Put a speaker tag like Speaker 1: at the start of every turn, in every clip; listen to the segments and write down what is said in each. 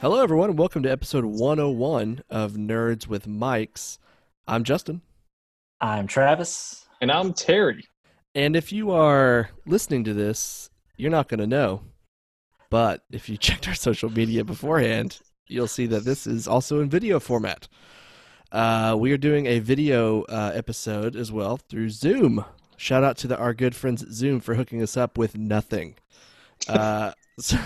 Speaker 1: Hello, everyone, and welcome to episode 101 of Nerds with Mics. I'm Justin.
Speaker 2: I'm Travis.
Speaker 3: And I'm Terry.
Speaker 1: And if you are listening to this, you're not going to know. But if you checked our social media beforehand, you'll see that this is also in video format. Uh, we are doing a video uh, episode as well through Zoom. Shout out to the, our good friends at Zoom for hooking us up with nothing. Uh, so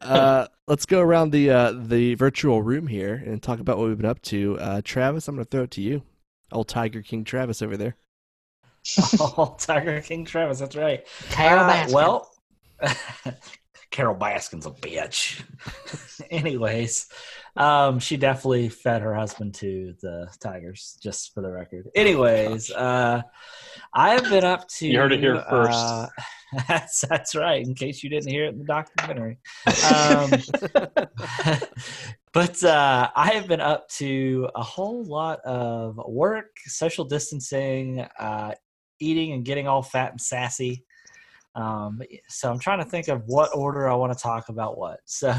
Speaker 1: uh, let's go around the uh, the virtual room here and talk about what we've been up to. Uh, Travis, I'm going to throw it to you. Old Tiger King Travis over there.
Speaker 2: oh, Tiger King Travis. That's right.
Speaker 4: Carol
Speaker 2: Uh,
Speaker 4: Baskin.
Speaker 2: Well, Carol Baskin's a bitch. Anyways, um, she definitely fed her husband to the tigers, just for the
Speaker 3: Oh,
Speaker 2: record. Anyways, uh, I've been up to.
Speaker 3: You heard it here first.
Speaker 2: uh, that's, that's right, in case you didn't hear it in the documentary. Um, but uh, I have been up to a whole lot of work, social distancing, uh, eating and getting all fat and sassy. Um, so I'm trying to think of what order I want to talk about what. So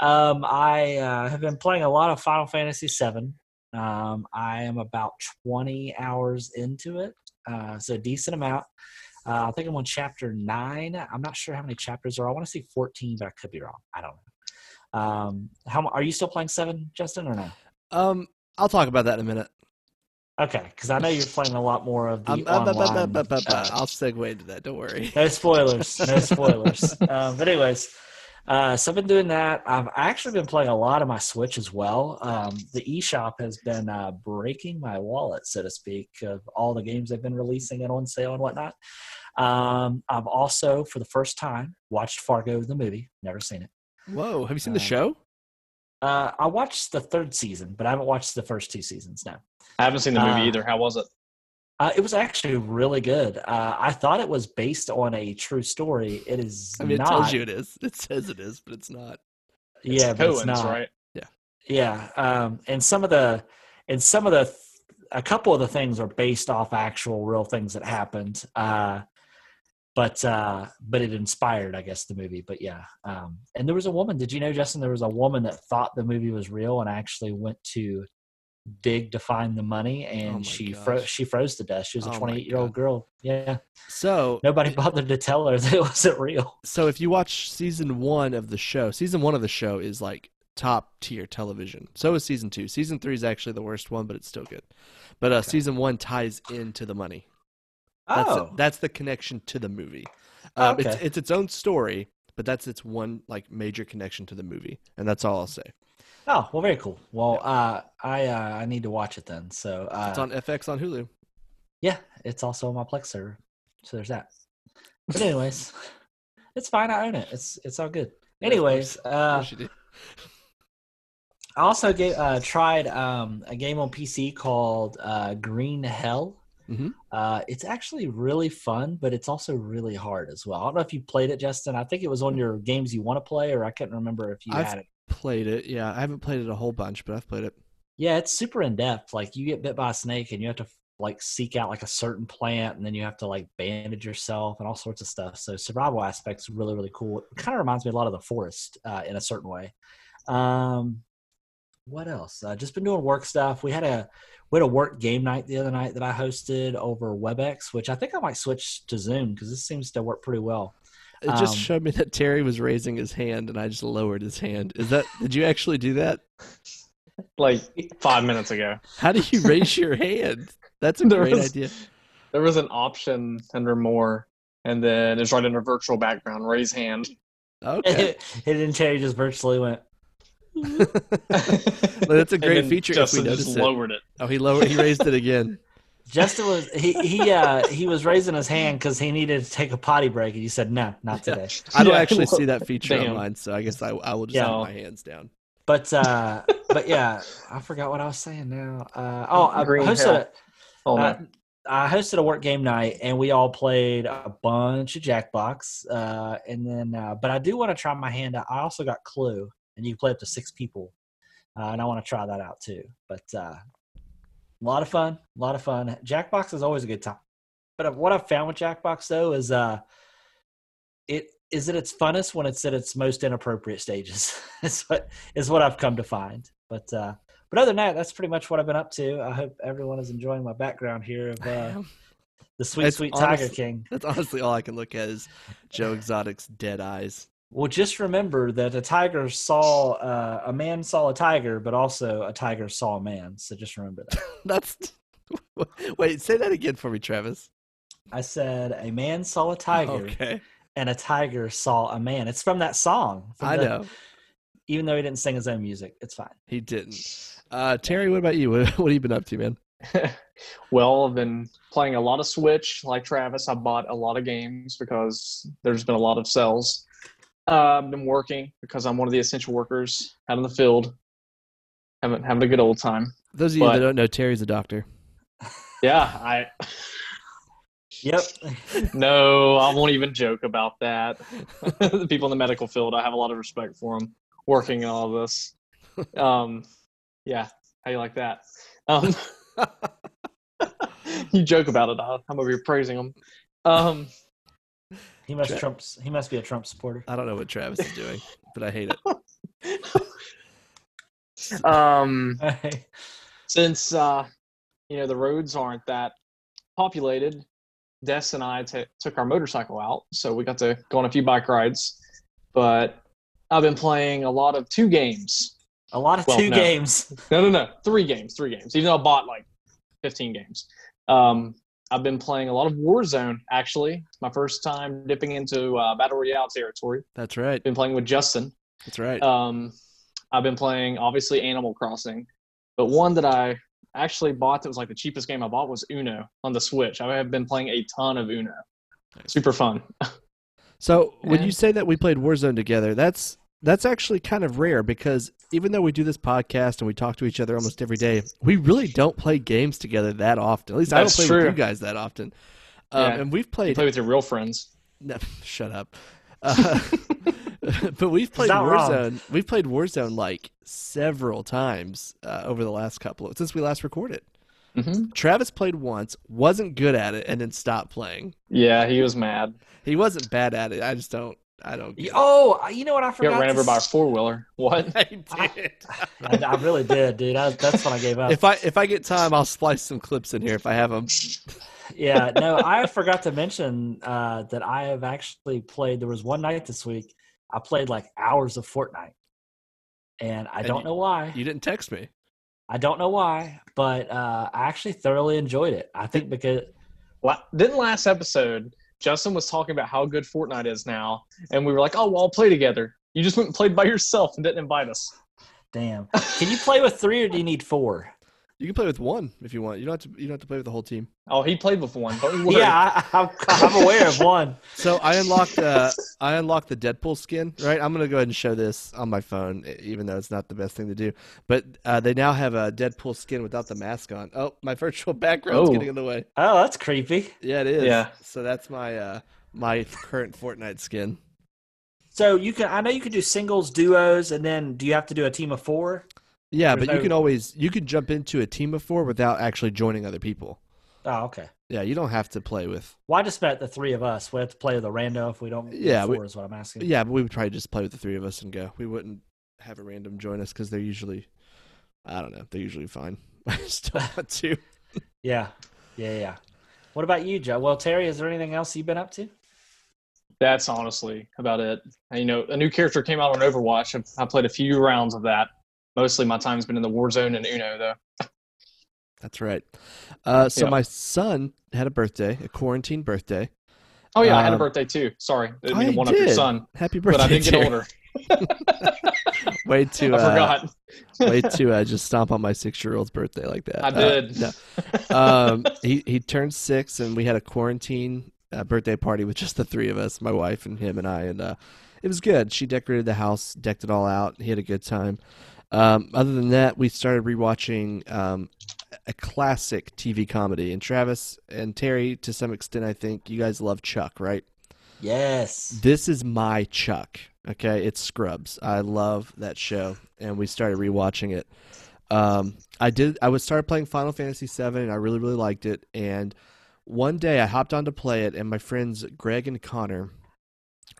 Speaker 2: um, I uh, have been playing a lot of Final Fantasy VII. Um, I am about 20 hours into it, uh, so a decent amount. Uh, I think I'm on chapter nine. I'm not sure how many chapters are. I want to see 14, but I could be wrong. I don't know. Um, how mu- are you still playing seven, Justin, or no?
Speaker 1: Um, I'll talk about that in a minute.
Speaker 2: Okay, because I know you're playing a lot more of the
Speaker 1: Um, uh, bu- bu- bu-
Speaker 2: online.
Speaker 1: bu- bu- bu-
Speaker 2: uh,
Speaker 1: I'll segue into that. Don't worry.
Speaker 2: No spoilers. No spoilers. um, but anyways, uh, so I've been doing that. I've actually been playing a lot of my Switch as well. Um, the eShop has been uh, breaking my wallet, so to speak, of all the games they've been releasing and on sale and whatnot. Um, I've also, for the first time, watched Fargo the movie. Never seen it.
Speaker 1: Whoa, have you seen the
Speaker 2: Uh,
Speaker 1: show?
Speaker 2: Uh, I watched the third season, but I haven't watched the first two seasons now.
Speaker 3: I haven't seen the movie
Speaker 2: Ah.
Speaker 3: either. How was it?
Speaker 2: Uh, it was actually really good. Uh, I thought it was based on a true story. It is
Speaker 1: I mean,
Speaker 2: not.
Speaker 1: it tells you it is. It says it is, but it's not.
Speaker 3: It's
Speaker 2: yeah, but
Speaker 3: Cohen's,
Speaker 2: it's not.
Speaker 3: right?
Speaker 2: Yeah, um, and some of the and some of the a couple of the things are based off actual real things that happened. Uh, but uh, but it inspired, I guess, the movie. But yeah, um, and there was a woman. Did you know, Justin? There was a woman that thought the movie was real and actually went to dig to find the money,
Speaker 1: Oh
Speaker 2: and
Speaker 1: my
Speaker 2: she
Speaker 1: gosh.
Speaker 2: froze. She froze to death. She was
Speaker 1: Oh
Speaker 2: a
Speaker 1: my
Speaker 2: 28 year old
Speaker 1: God.
Speaker 2: girl. Yeah,
Speaker 1: So,
Speaker 2: nobody bothered to tell her that it wasn't real.
Speaker 1: so if you watch season one of the show, season one of the show is like top tier television. So is season two. Season three is actually the worst one, but it's still good. But uh, season one ties into the money. That's
Speaker 2: oh,
Speaker 1: that's the connection to the movie.
Speaker 2: Oh,
Speaker 1: Um, it's,
Speaker 2: okay.
Speaker 1: it's its own story, but that's its one like major connection to the movie, and that's all I'll say.
Speaker 2: oh, well, very cool. Well, uh, I uh, I need to watch it then. So uh,
Speaker 1: It's on FX on Hulu.
Speaker 2: Yeah, it's also on my Plex server. So there's that. But anyways, it's fine. I own it. It's it's all good.
Speaker 1: Yeah, of
Speaker 2: Anyways, uh,
Speaker 1: Yes, you do.
Speaker 2: I also gave, uh, tried um, a game on PC called uh, Green Hell.
Speaker 1: Mhm.
Speaker 2: Uh, it's actually really fun, but it's also really hard as well. I don't know if you played it, Justin. I think it was on your games you want to play, or I couldn't remember if you
Speaker 1: I've-
Speaker 2: had it.
Speaker 1: played it. Yeah, I haven't played it a whole bunch, but I've played it.
Speaker 2: Yeah, it's super in depth. Like you get bit by a snake and you have to like seek out like a certain plant and then you have to like bandage yourself and all sorts of stuff. So survival aspects really really cool. It kind of reminds me a lot of the forest uh, in a certain way. Um, what else? Uh, just been doing work stuff. We had a we had a work game night the other night that I hosted over WebEx, which I think I might switch to Zoom because this seems to work pretty well.
Speaker 1: It just
Speaker 2: Um,
Speaker 1: showed me that Terry was raising his hand, and I just lowered his hand. Is that? did you actually do that?
Speaker 3: Like five minutes ago.
Speaker 1: How do you raise your hand? That's a
Speaker 3: There
Speaker 1: great
Speaker 3: was-
Speaker 1: idea.
Speaker 3: There was an option under more, and then it's right under virtual background, raise hand.
Speaker 1: Okay,
Speaker 2: and then Terry just virtually went.
Speaker 1: that's a
Speaker 3: And
Speaker 1: great
Speaker 3: then
Speaker 1: feature if we
Speaker 3: Justin
Speaker 1: notice
Speaker 3: just
Speaker 1: it.
Speaker 3: lowered it.
Speaker 1: oh, he lowered. He raised it again.
Speaker 2: Justin was he he uh he was raising his hand because he needed to take a potty break, and you said no, not
Speaker 1: Yeah.
Speaker 2: today.
Speaker 1: I don't
Speaker 3: Yeah,
Speaker 1: actually
Speaker 3: well,
Speaker 1: see that feature
Speaker 3: damn.
Speaker 1: online, so I guess I, I will just
Speaker 3: Yeah.
Speaker 1: have my hands down.
Speaker 2: But uh but yeah, I forgot what I was saying now. Uh, oh, I
Speaker 3: Green
Speaker 2: hosted
Speaker 3: Hill.
Speaker 2: a,
Speaker 3: Oh, no.
Speaker 2: uh, I hosted a work game night, and we all played a bunch of Jackbox. Uh, and then, uh, but I do want to try my hand out. I also got Clue, and you can play up to six people, uh, and I want to try that out too. But uh, a lot of fun, a lot of fun. Jackbox is always a good time. But what I've found with Jackbox though is uh, it is at its funnest when it's at its most inappropriate stages. is what is what I've come to find. But uh, but other than that, that's pretty much what I've been up to. I hope everyone is enjoying my background here of uh, the sweet
Speaker 1: It's
Speaker 2: sweet Tiger
Speaker 1: honest-
Speaker 2: King.
Speaker 1: That's honestly all I can look at is Joe Exotic's dead eyes.
Speaker 2: Well, just remember that a tiger saw uh, a man saw a tiger, but also a tiger saw a man. So just remember that.
Speaker 1: That's wait. Say that again for me, Travis.
Speaker 2: I said a man saw a tiger,
Speaker 1: Okay,
Speaker 2: and a tiger saw a man. It's from that song. from
Speaker 1: I
Speaker 2: the-
Speaker 1: know
Speaker 2: Even though he didn't sing his own music, it's fine.
Speaker 1: he didn't. Uh, Terry, what about you? What, what have you been up to, man?
Speaker 3: well, I've been playing a lot of Switch. Like Travis, I bought a lot of games because there's been a lot of sales. Uh, I've been working because I'm one of the essential workers out in the field. Having having a good old time.
Speaker 1: Those of you
Speaker 3: But-
Speaker 1: that don't know, Terry's a doctor.
Speaker 3: Yeah, I
Speaker 2: Yep.
Speaker 3: no, I won't even joke about that. the people in the medical field, I have a lot of respect for them working in all of this. Um, yeah, how you like that? Um, you joke about it. I- I'm over here praising them. Um,
Speaker 2: He must
Speaker 1: Tra-
Speaker 2: Trump's. He must be a Trump supporter.
Speaker 1: I don't know what Travis is doing, but I hate it.
Speaker 3: um,
Speaker 2: Alright.
Speaker 3: since uh, you know the roads aren't that populated, Des and I t- took our motorcycle out, so we got to go on a few bike rides. But I've been playing a lot of two games
Speaker 2: a lot of
Speaker 3: Well,
Speaker 2: two
Speaker 3: no.
Speaker 2: games.
Speaker 3: No, no, no. Three games, three games. Even though I bought like 15 games. Um, I've been playing a lot of Warzone, actually. It's my first time dipping into uh, Battle Royale territory.
Speaker 1: That's right.
Speaker 3: Been playing with Justin.
Speaker 1: That's right.
Speaker 3: Um, I've been playing, obviously, Animal Crossing. But one that I actually bought that was like the cheapest game I bought was Uno on the Switch. I have been playing a ton of Uno. Super fun.
Speaker 1: So when
Speaker 3: Yeah.
Speaker 1: you say that we played Warzone together, that's that's actually kind of rare because even though we do this podcast and we talk to each other almost every day, we really don't play games together that often. At least I don't
Speaker 3: That's
Speaker 1: play
Speaker 3: true.
Speaker 1: with you guys that often. Um,
Speaker 3: Yeah.
Speaker 1: And we've
Speaker 3: You
Speaker 1: played.
Speaker 3: play with your real friends.
Speaker 1: no, shut up. Uh, but we've played
Speaker 2: not wrong.
Speaker 1: Warzone. We've played Warzone like several times uh, over the last couple of since we last recorded.
Speaker 3: hmm
Speaker 1: Travis played once, wasn't good at it, and then stopped playing.
Speaker 3: Yeah, he was mad.
Speaker 1: He wasn't bad at it. I just don't. I don't.
Speaker 2: Y-
Speaker 1: Get it.
Speaker 2: Oh, you know what I
Speaker 3: He
Speaker 2: forgot?
Speaker 3: got ran
Speaker 2: to
Speaker 3: over by a
Speaker 2: s-
Speaker 3: four wheeler. What?
Speaker 1: I did.
Speaker 2: I, I really did, dude. I, that's when I gave up.
Speaker 1: if I if I get time, I'll splice some clips in here if I have them.
Speaker 2: yeah, no, I forgot to mention uh, that I have actually played. There was one night this week I played like hours of Fortnite, and I
Speaker 1: And
Speaker 2: don't
Speaker 1: you-
Speaker 2: know why.
Speaker 1: You didn't text me.
Speaker 2: I don't know why, but uh, I actually thoroughly enjoyed it. I think because
Speaker 3: La- Then last episode, Justin was talking about how good Fortnite is now, and we were like, "Oh, well, I'll play together." You just went and played by yourself and didn't invite us.
Speaker 2: damn, can you play with three or do you need four?
Speaker 1: You can play with one if you want. You don't have to. You don't have to play with the whole team.
Speaker 3: Oh, he played with one. Don't you worry.
Speaker 2: Yeah, I, I'm, I'm aware of one.
Speaker 1: So I unlocked. Uh, I unlocked the Deadpool skin. Right. I'm gonna go ahead and show this on my phone, e- even though it's not the best thing to do. But uh, they now have a Deadpool skin without the mask on. Oh, my virtual background's
Speaker 3: Oh.
Speaker 1: getting in the way.
Speaker 2: Oh, that's creepy.
Speaker 1: Yeah, it is.
Speaker 3: Yeah.
Speaker 1: So that's my uh, my current Fortnite skin.
Speaker 2: So you can, I know you can do singles, duos, and then do you have to do a team of four?
Speaker 1: Yeah,
Speaker 2: There's
Speaker 1: but you
Speaker 2: no-
Speaker 1: can always you can jump into a team of four without actually joining other people.
Speaker 2: Oh, okay.
Speaker 1: Yeah, you don't have to play with
Speaker 2: Well, I just meant the three of us. We have to play the rando if we don't. get
Speaker 1: Yeah, we-
Speaker 2: four is what I'm asking.
Speaker 1: Yeah, but we would probably just play with the three of us and go. We wouldn't have a random join us because they're usually, I don't know, they're usually fine. I just don't want to.
Speaker 2: yeah, yeah, yeah. What about you, Joe? Well, Terry, is there anything else you've been up to?
Speaker 3: That's honestly about it. And, you know, a new character came out on Overwatch. I, I played a few rounds of that. Mostly, my time's been in the Warzone and Uno, though.
Speaker 1: That's right. Uh, so
Speaker 3: Yeah.
Speaker 1: my son had a birthday, a quarantine birthday.
Speaker 3: Oh yeah, I had a
Speaker 1: Um,
Speaker 3: birthday too. Sorry, didn't
Speaker 1: Oh,
Speaker 3: mean to
Speaker 1: you
Speaker 3: one up your
Speaker 1: did.
Speaker 3: son,
Speaker 1: Happy birthday!
Speaker 3: but I did get
Speaker 1: Jared.
Speaker 3: older.
Speaker 1: Way to
Speaker 3: I
Speaker 1: uh,
Speaker 3: forgot.
Speaker 1: way to uh, just stomp on my six-year-old's birthday like that.
Speaker 3: I
Speaker 1: Uh,
Speaker 3: did.
Speaker 1: no. um, he he turned six, and we had a quarantine uh, birthday party with just the three of us, my wife and him and I, and uh, it was good. She decorated the house, decked it all out. He had a good time. Um, other than that, we started rewatching um, a classic TV comedy, and Travis and Terry, to some extent, I think you guys love Chuck, right?
Speaker 2: Yes.
Speaker 1: This is my Chuck. Okay, it's Scrubs. I love that show, and we started rewatching it. Um, I did. I was started playing Final Fantasy VII, and I really, really liked it. And one day, I hopped on to play it, and my friends Greg and Connor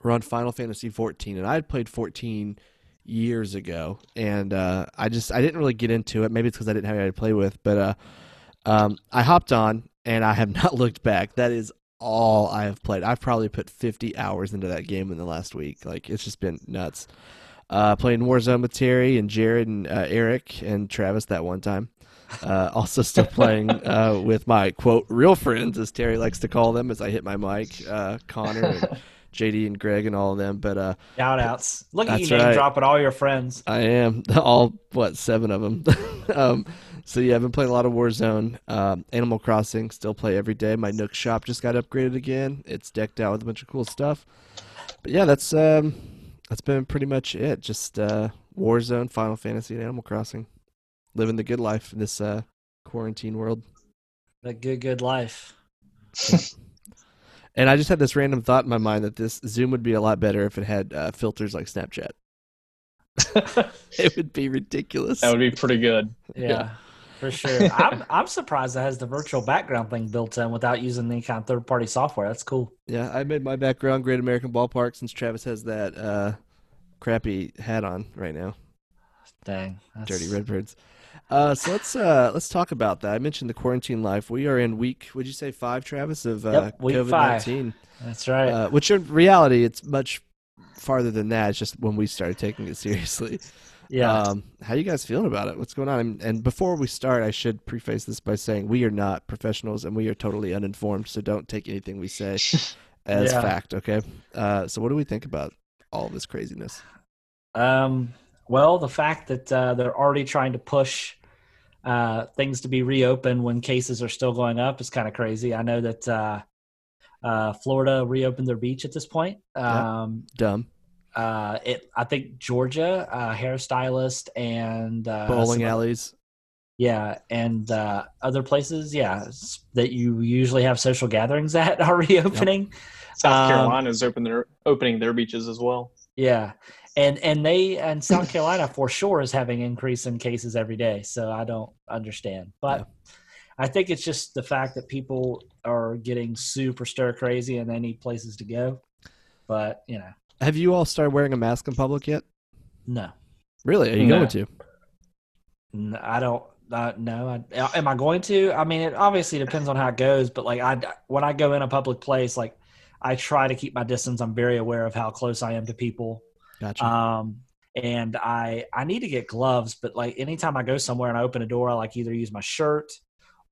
Speaker 1: were on Final Fantasy 14, and I had played 14 years ago, and uh, I just I didn't really get into it. Maybe it's because I didn't have anybody to play with, but uh, um, I hopped on and I have not looked back. That is all I have played. I've probably put 50 hours into that game in the last week. Like it's just been nuts. Uh, playing Warzone with Terry and Jared and uh, Eric and Travis that one time. Uh, also still playing uh, with my quote real friends as Terry likes to call them as I hit my mic. Uh, Connor, and JD, and Greg, and all of them. But uh,
Speaker 2: Shout outs. Look at you
Speaker 1: That's
Speaker 2: name
Speaker 1: right.
Speaker 2: dropping all your friends.
Speaker 1: I am all what seven of them. um, so yeah, I've been playing a lot of Warzone, um, Animal Crossing. Still play every day. My Nook shop just got upgraded again. It's decked out with a bunch of cool stuff. But yeah, that's um, that's been pretty much it. Just uh, Warzone, Final Fantasy, and Animal Crossing. Living the good life in this uh, quarantine world.
Speaker 2: The good, good life.
Speaker 1: And I just had this random thought in my mind that this Zoom would be a lot better if it had uh, filters like Snapchat.
Speaker 3: that
Speaker 1: It would be ridiculous.
Speaker 3: would be pretty good.
Speaker 2: Yeah,
Speaker 1: Yeah.
Speaker 2: for sure. I'm I'm surprised it has the virtual background thing built in without using any kind of third party software. That's cool.
Speaker 1: Yeah, I made my background Great American Ballpark since Travis has that uh, crappy hat on right now,
Speaker 2: Dang, that's,
Speaker 1: Dirty Redbirds. Uh, so let's uh, let's talk about that. I mentioned the quarantine life. We are in week, would you say five, Travis, of uh,
Speaker 2: Yep, week
Speaker 1: COVID
Speaker 2: five.
Speaker 1: nineteen?
Speaker 2: That's right.
Speaker 1: Uh, which in reality, it's much farther than that. It's just when we started taking it seriously.
Speaker 2: yeah,
Speaker 1: Um, how you guys feeling about it? What's going on? And, and before we start, I should preface this by saying we are not professionals and we are totally uninformed. So don't take anything we say as
Speaker 2: Yeah.
Speaker 1: fact. Okay. Uh, so what do we think about all this craziness?
Speaker 2: Um, well, the fact that uh, they're already trying to push uh, things to be reopened when cases are still going up is kind of crazy. I know that uh, uh, Florida reopened their beach at this point.
Speaker 1: Yeah.
Speaker 2: Um,
Speaker 1: Dumb
Speaker 2: uh, it, I think Georgia uh, hairstylist and uh,
Speaker 1: bowling
Speaker 2: some-
Speaker 1: alleys.
Speaker 2: yeah, and uh, other places, yeah, s- that you usually have social gatherings at are reopening. Um,
Speaker 3: South Carolina's open their opening their beaches as well.
Speaker 2: Yeah. And and they and South Carolina for sure is having increase in cases every day. So I don't understand. But
Speaker 1: Yeah.
Speaker 2: I think it's just the fact that people are getting super stir crazy and they need places to go. But, you know,
Speaker 1: Have you all started wearing a mask in public yet?
Speaker 2: no.
Speaker 1: Really? Are you
Speaker 3: No.
Speaker 1: going to?
Speaker 2: N- I don't uh, no. I, am I going to? I mean, it obviously depends on how it goes. But like, I when I go in a public place, like I try to keep my distance. I'm very aware of how close I am to people.
Speaker 1: Gotcha.
Speaker 2: Um, and I I need to get gloves, but like anytime I go somewhere and I open a door, I like either use my shirt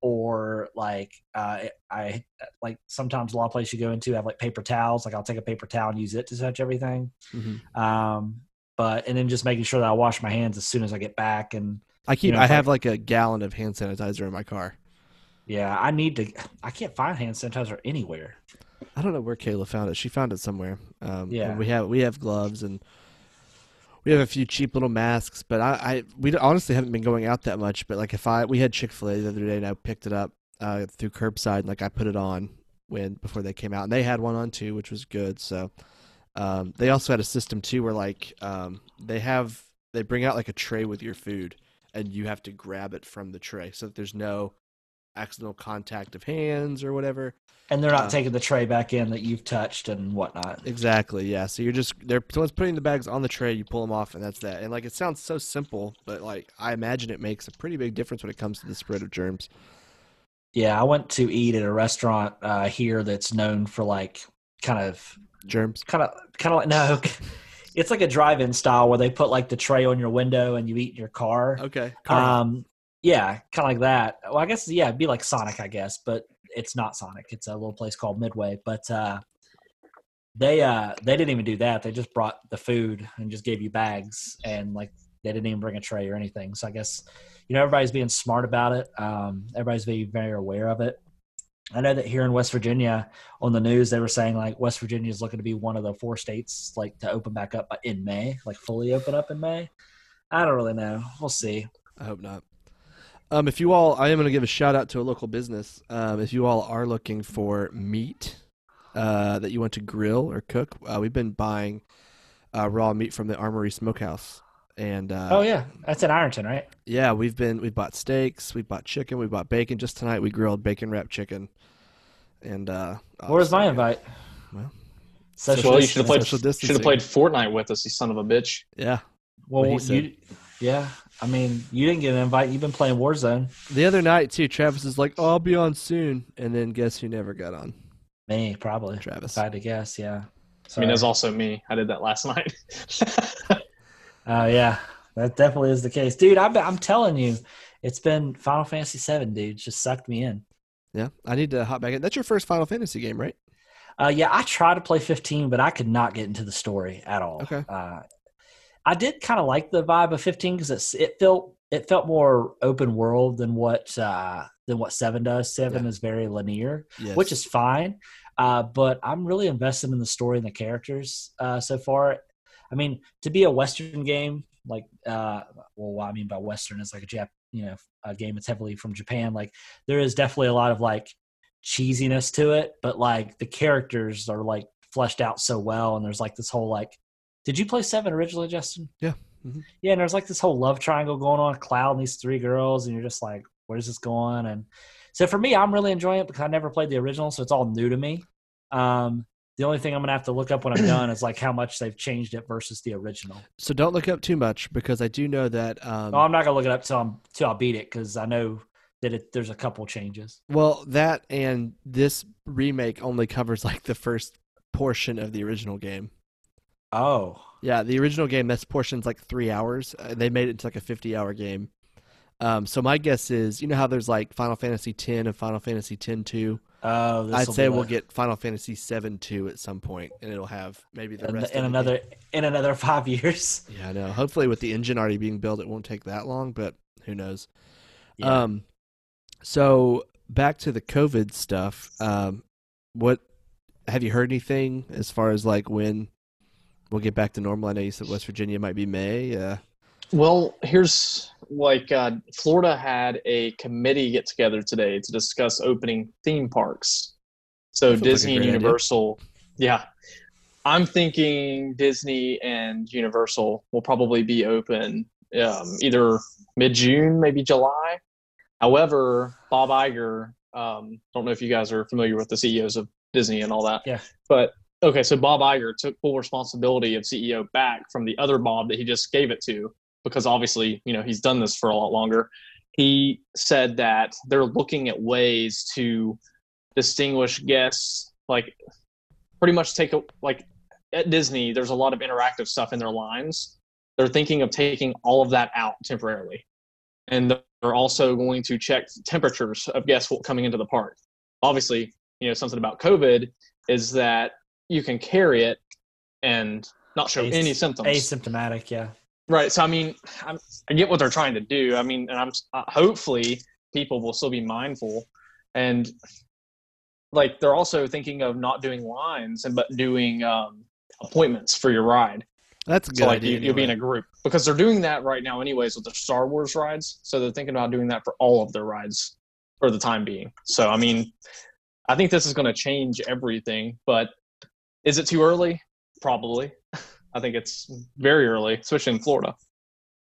Speaker 2: or like uh, I like sometimes a lot of places you go into have like paper towels. Like I'll take a paper towel and use it to touch everything.
Speaker 1: Mhm.
Speaker 2: Um, but and then just making sure that I wash my hands as soon as I get back. And
Speaker 1: I keep.
Speaker 2: you know,
Speaker 1: I
Speaker 2: if I-
Speaker 1: have like a gallon of hand sanitizer in my car.
Speaker 2: yeah, I need to. I can't find hand sanitizer anywhere.
Speaker 1: I don't know where Kayla found it. She found it somewhere. Um,
Speaker 2: Yeah.
Speaker 1: and we have we have gloves and we have a few cheap little masks. But I, I we honestly haven't been going out that much. But like if I we had Chick Fil A the other day and I picked it up uh, through curbside and like I put it on when before they came out and they had one on too, which was good. So um, they also had a system too where like um, they have they bring out like a tray with your food and you have to grab it from the tray so that there's no accidental contact of hands or whatever.
Speaker 2: And they're not
Speaker 1: Uh,
Speaker 2: taking the tray back in that you've touched and whatnot.
Speaker 1: Exactly. Yeah. So you're just they're someone's putting the bags on the tray. You pull them off, and that's that. And like it sounds so simple, but like I imagine it makes a pretty big difference when it comes to the spread of germs.
Speaker 2: Yeah, I went to eat at a restaurant uh, here that's known for like kind of
Speaker 1: Germs.
Speaker 2: kind of kind of like no, it's like a drive-in style where they put like the tray on your window and you eat in your car.
Speaker 1: Okay. Carl.
Speaker 2: Um, yeah, kind of like that. Well, I guess yeah, it'd be like Sonic, I guess, but it's not Sonic. It's a little place called Midway, but uh, they uh they didn't even do that. They just brought the food and just gave you bags and like they didn't even bring a tray or anything. So I guess you know everybody's being smart about it. Um, everybody's being very aware of it. I know that here in West Virginia, on the news, they were saying like West Virginia is looking to be one of the four states like to open back up in May, like fully open up in May. I don't really know. We'll see.
Speaker 1: I hope not. Um, if you all, I am going to give a shout out to a local business. Um, if you all are looking for meat uh, that you want to grill or cook, uh, we've been buying uh, raw meat from the Armory Smokehouse, and uh,
Speaker 2: Oh yeah, that's in Ironton, right?
Speaker 1: Yeah, we've been we bought steaks, we bought chicken, we bought bacon. Just tonight we grilled bacon wrapped chicken. And uh
Speaker 2: Where's my
Speaker 1: obviously-
Speaker 2: invite? Social
Speaker 3: Well, you should have played.
Speaker 1: Social
Speaker 3: Should have
Speaker 1: distancing.
Speaker 3: played Fortnite with us, you son of a bitch.
Speaker 1: Yeah.
Speaker 2: Well,
Speaker 1: what he
Speaker 2: you,
Speaker 1: said.
Speaker 2: yeah. I mean, you didn't get an invite. You've been playing Warzone.
Speaker 1: The other night too, Travis is like, oh, "I'll be on soon," and then guess who never got on?
Speaker 2: Me, probably.
Speaker 1: Travis.
Speaker 2: If I had to guess, yeah.
Speaker 3: I mean,
Speaker 2: Sorry.
Speaker 3: that's also me. I did that last night.
Speaker 2: Oh yeah, that definitely is the case, dude. I'm I'm telling you, it's been Final Fantasy VII, dude. Just sucked me in.
Speaker 1: Yeah, I need to hop back in. That's your first Final Fantasy game, right?
Speaker 2: Uh, yeah, I tried to play 15, but I could not get into the story at all.
Speaker 1: Okay.
Speaker 2: Uh, I did kind of like the vibe of 15 because it felt it felt more open world than what uh, than what seven does. Seven
Speaker 1: Yeah.
Speaker 2: is very linear,
Speaker 1: Yes.
Speaker 2: which is fine. Uh, but I'm really invested in the story and the characters uh, so far. I mean, to be a Western game, like, uh, well, what I mean by Western is like a Jap, you know, a game that's heavily from Japan. Like, there is definitely a lot of like cheesiness to it, but like the characters are like fleshed out so well, and there's like this whole like, did you play Seven originally, Justin?
Speaker 1: Yeah. Mhm.
Speaker 2: Yeah, and there's like this whole love triangle going on, Cloud and these three girls, and you're just like, where is this going? And so for me, I'm really enjoying it because I never played the original, so it's all new to me. Um, the only thing I'm gonna have to look up when I'm done is like how much they've changed it versus the original.
Speaker 1: so don't look up too much because I do know that. Um,
Speaker 2: No, I'm not gonna look it up till I'm till I beat it because I know that it, there's a couple changes.
Speaker 1: well, that and this remake only covers like the first portion of the original game.
Speaker 2: Oh,
Speaker 1: Yeah, the original game that's portion's like three hours. Uh, they made it into like a fifty-hour game. Um, so my guess is, you know how there's like Final Fantasy X and Final Fantasy X two.
Speaker 2: oh,
Speaker 1: I'd
Speaker 2: this'll
Speaker 1: say
Speaker 2: be
Speaker 1: we'll
Speaker 2: the-
Speaker 1: get Final Fantasy Seven two at some point, and it'll have maybe the
Speaker 2: in,
Speaker 1: rest. of
Speaker 2: in
Speaker 1: the
Speaker 2: another in another five years.
Speaker 1: game. Yeah, I know. Hopefully, with the engine already being built, it won't take that long. But who knows?
Speaker 2: Yeah.
Speaker 1: Um, so back to the COVID stuff. Um, what have you heard anything as far as like when we'll get back to normal? I know you said West Virginia might be May. Uh,
Speaker 3: well, here's like uh, Florida had a committee get together today to discuss opening theme parks. So
Speaker 1: That sounds like a
Speaker 3: Disney and
Speaker 1: great idea.
Speaker 3: Universal, yeah. I'm thinking Disney and Universal will probably be open um, either mid June, maybe July. However, Bob Iger, um, don't know if you guys are familiar with the CEOs of Disney and all that.
Speaker 2: Yeah.
Speaker 3: But okay, so Bob Iger took full responsibility of CEO back from the other Bob that he just gave it to because obviously, you know, he's done this for a lot longer. He said that they're looking at ways to distinguish guests, like pretty much take a like at Disney, there's a lot of interactive stuff in their lines. They're thinking of taking all of that out temporarily. And they're also going to check temperatures of guests coming into the park. Obviously, you know, something about COVID is that you can carry it and not show
Speaker 2: As-
Speaker 3: any symptoms.
Speaker 2: Asymptomatic, yeah.
Speaker 3: Right. So I mean, I'm, I get what they're trying to do. I mean, and I'm uh, hopefully people will still be mindful, and like they're also thinking of not doing lines and but doing um, appointments for your ride.
Speaker 1: that's a good
Speaker 3: so like
Speaker 1: idea.
Speaker 3: you, you'll be in
Speaker 1: anyway.
Speaker 3: a group because they're doing that right now anyways with the Star Wars rides. So they're thinking about doing that for all of their rides for the time being. So I mean, I think this is going to change everything. But is it too early? Probably. I think it's very early, especially in Florida.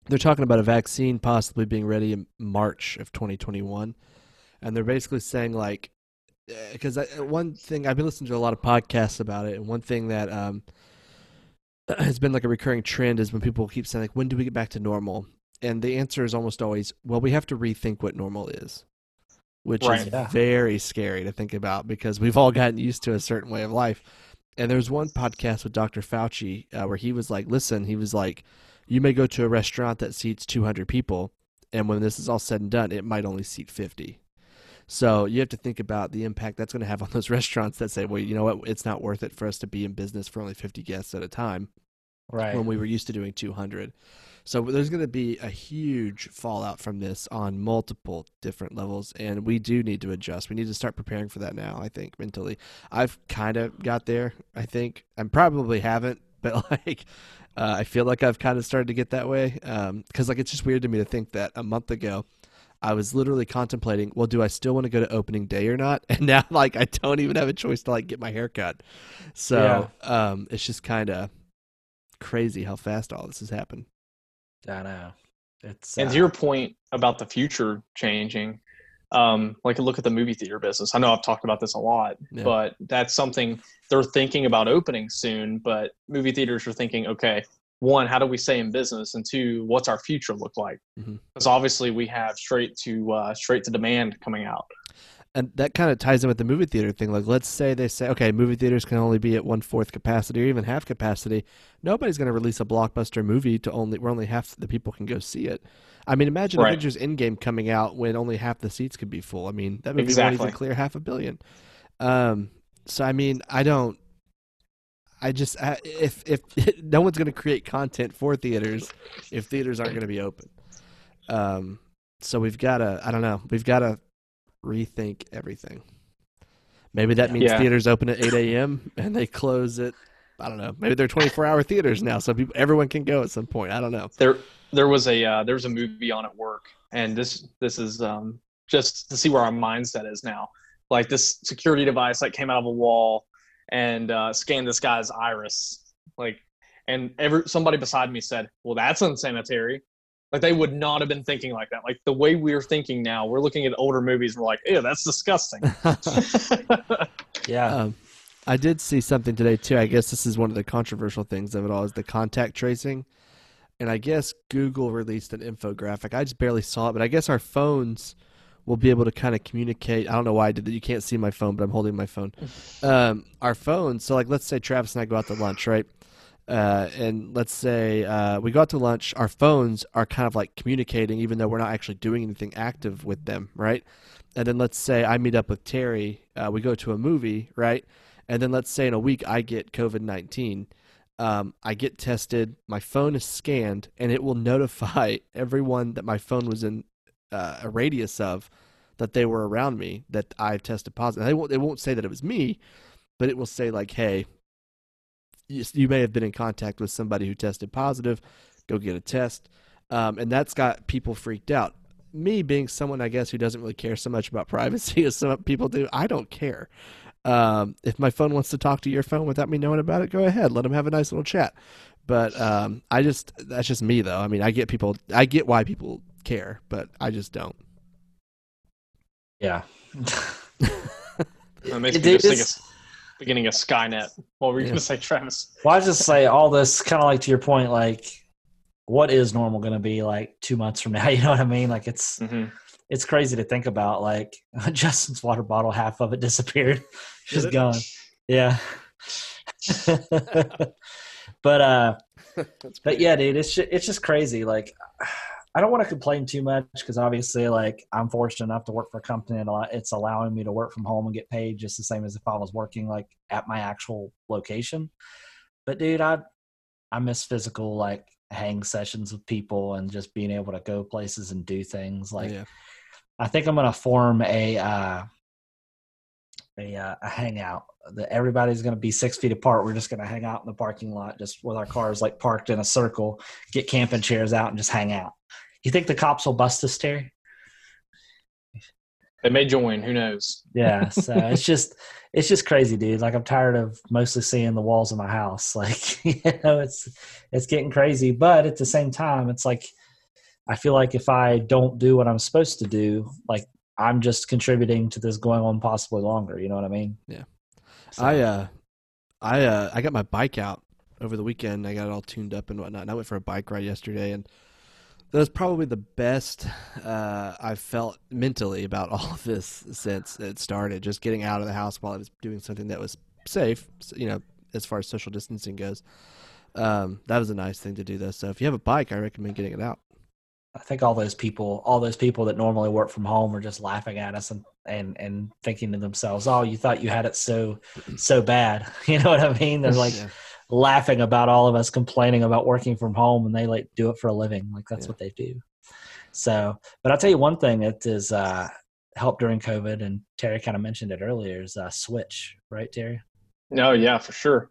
Speaker 1: they're talking about a vaccine possibly being ready in March of 2021, and they're basically saying like, eh, because one thing I've been listening to a lot of podcasts about it, and one thing that um, has been like a recurring trend is when people keep saying like, when do we get back to normal? And the answer is almost always, well, we have to rethink what normal is, which is
Speaker 3: Right.
Speaker 2: Yeah.
Speaker 1: very scary to think about because we've all gotten used to a certain way of life. And there was one podcast with Dr. Fauci uh, where he was like, listen, he was like, you may go to a restaurant that seats 200 people, and when this is all said and done, it might only seat 50. So you have to think about the impact that's going to have on those restaurants that say, well, you know what, it's not worth it for us to be in business for only 50 guests at a time
Speaker 2: Right.
Speaker 1: when we were used to doing 200. So there's going to be a huge fallout from this on multiple different levels, and we do need to adjust. We need to start preparing for that now. I think mentally, I've kind of got there. I think I probably haven't, but like uh, I feel like I've kind of started to get that way. Because like it's just weird to me to think that a month ago. I was literally contemplating, well, do I still want to go to opening day or not? And now, like, I don't even have a choice to like get my hair cut. So, um, it's just kind of crazy how fast all this has happened.
Speaker 2: I know. It's
Speaker 3: And
Speaker 2: uh,
Speaker 3: to your point about the future changing, um, like look at the movie theater business. I know I've talked about this a lot,
Speaker 1: Yeah.
Speaker 3: but that's something they're thinking about opening soon. But movie theaters are thinking, okay, one, how do we stay in business, and two, what's our future look like? Because
Speaker 1: Mhm.
Speaker 3: obviously we have straight to uh, straight to demand coming out.
Speaker 1: and that kind of ties in with the movie theater thing. Like, let's say they say, okay, movie theaters can only be at one fourth capacity or even half capacity. Nobody's going to release a blockbuster movie to only where only half the people can go see it. I mean, imagine
Speaker 3: Right.
Speaker 1: Avengers Endgame coming out when only half the seats could be full. I mean, that movie won't
Speaker 3: Exactly.
Speaker 1: even clear half a billion. Um, so I mean, I don't. I just I, if if no one's going to create content for theaters if theaters aren't going to be open. Um, so we've got to I don't know we've got to rethink everything. Maybe that means
Speaker 3: Yeah.
Speaker 1: theaters open at eight a.m. and they close at I don't know. Maybe they're twenty-four hour theaters now, so people everyone can go at some point. I don't know.
Speaker 3: there there was a uh, there was a movie on at work and this this is um just to see where our mindset is now like this security device that came out of a wall and uh, scanned this guy's iris like and every somebody beside me said well that's unsanitary like they would not have been thinking like that like the way we're thinking now we're looking at older movies we're like ew that's disgusting
Speaker 2: Yeah.
Speaker 1: um, I did see something today too. I guess this is one of the controversial things of it all is the contact tracing. And I guess Google released an infographic. I just barely saw it, but I guess our phones will be able to kind of communicate. I don't know why I did that. You can't see my phone, but I'm holding my phone. Um, our phones. So, like, let's say Travis and I go out to lunch, right? Uh, and let's say uh, we go out to lunch. Our phones are kind of like communicating, even though we're not actually doing anything active with them, right? and then let's say I meet up with Terry, uh, we go to a movie, right? And then let's say in a week I get COVID nineteen, um, I get tested, my phone is scanned, and it will notify everyone that my phone was in uh, a radius of that they were around me that I tested positive. And they won't they won't say that it was me, but it will say like, hey, you, you may have been in contact with somebody who tested positive. Go get a test. Um, and that's got people freaked out me being someone I guess who doesn't really care so much about privacy as some people do, I don't care. Um, if my phone wants to talk to your phone without me knowing about it, go ahead. Let them have a nice little chat. But um, I just that's just me though. I mean, I get people, I get why people care, but I just don't.
Speaker 2: yeah.
Speaker 3: that makes
Speaker 2: It-
Speaker 3: me
Speaker 2: it
Speaker 3: just think
Speaker 2: is-
Speaker 3: it's beginning of skynet what were you
Speaker 1: Yeah.
Speaker 3: gonna say travis
Speaker 2: Well, I just say all this kind of like to your point, like what is normal going to be like two months from now? You know what I mean? Like it's
Speaker 3: mm-hmm.
Speaker 2: it's crazy to think about. Like Justin's water bottle, half of it disappeared, just
Speaker 3: it?
Speaker 2: gone. Yeah. but uh, but yeah, dude, it's just, it's just crazy. Like I don't want to complain too much because obviously, like I'm fortunate enough to work for a company and a lot- it's allowing me to work from home and get paid just the same as if I was working like at my actual location. But dude, I I miss physical like hang sessions with people and just being able to go places and do things like
Speaker 1: yeah.
Speaker 2: I think I'm gonna form a uh, a, uh, a hangout that everybody's gonna be six feet apart. We're just gonna hang out in the parking lot, just with our cars like parked in a circle, get camping chairs out, and just hang out. You think the cops will bust us, Terry?
Speaker 3: they may join who knows
Speaker 2: Yeah. So it's just it's just crazy, dude. Like I'm tired of mostly seeing the walls of my house. Like you know, it's it's getting crazy, but at the same time, it's like I feel like if I don't do what I'm supposed to do, like I'm just contributing to this going on possibly longer. You know what I mean?
Speaker 1: Yeah.
Speaker 2: So,
Speaker 1: I uh, I uh, I got my bike out over the weekend. I got it all tuned up and whatnot. And I went for a bike ride yesterday, and that was probably the best uh, I've felt mentally about all of this since it started. Just getting out of the house while I was doing something that was safe, s- you know, as far as social distancing goes. Um, that was a nice thing to do, though. So if you have a bike, I recommend getting it out.
Speaker 2: I think all those people, all those people that normally work from home, are just laughing at us and and and thinking to themselves, "Oh, you thought you had it so so bad." You know what I mean? They're like
Speaker 1: Yeah.
Speaker 2: laughing about all of us complaining about working from home and they like do it for a living like that's
Speaker 1: Yeah.
Speaker 2: what they do so but i'll tell you one thing that is uh helped during covid and terry kind of mentioned it earlier is uh switch right terry
Speaker 3: No, yeah, for sure.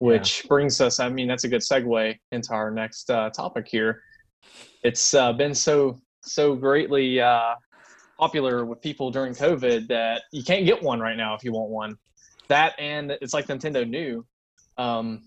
Speaker 3: Which brings us, I mean, that's a good segue into our next uh, topic here. It's uh, been so, so greatly uh, popular with people during COVID that you can't get one right now if you want one. That and it's like Nintendo knew. Um,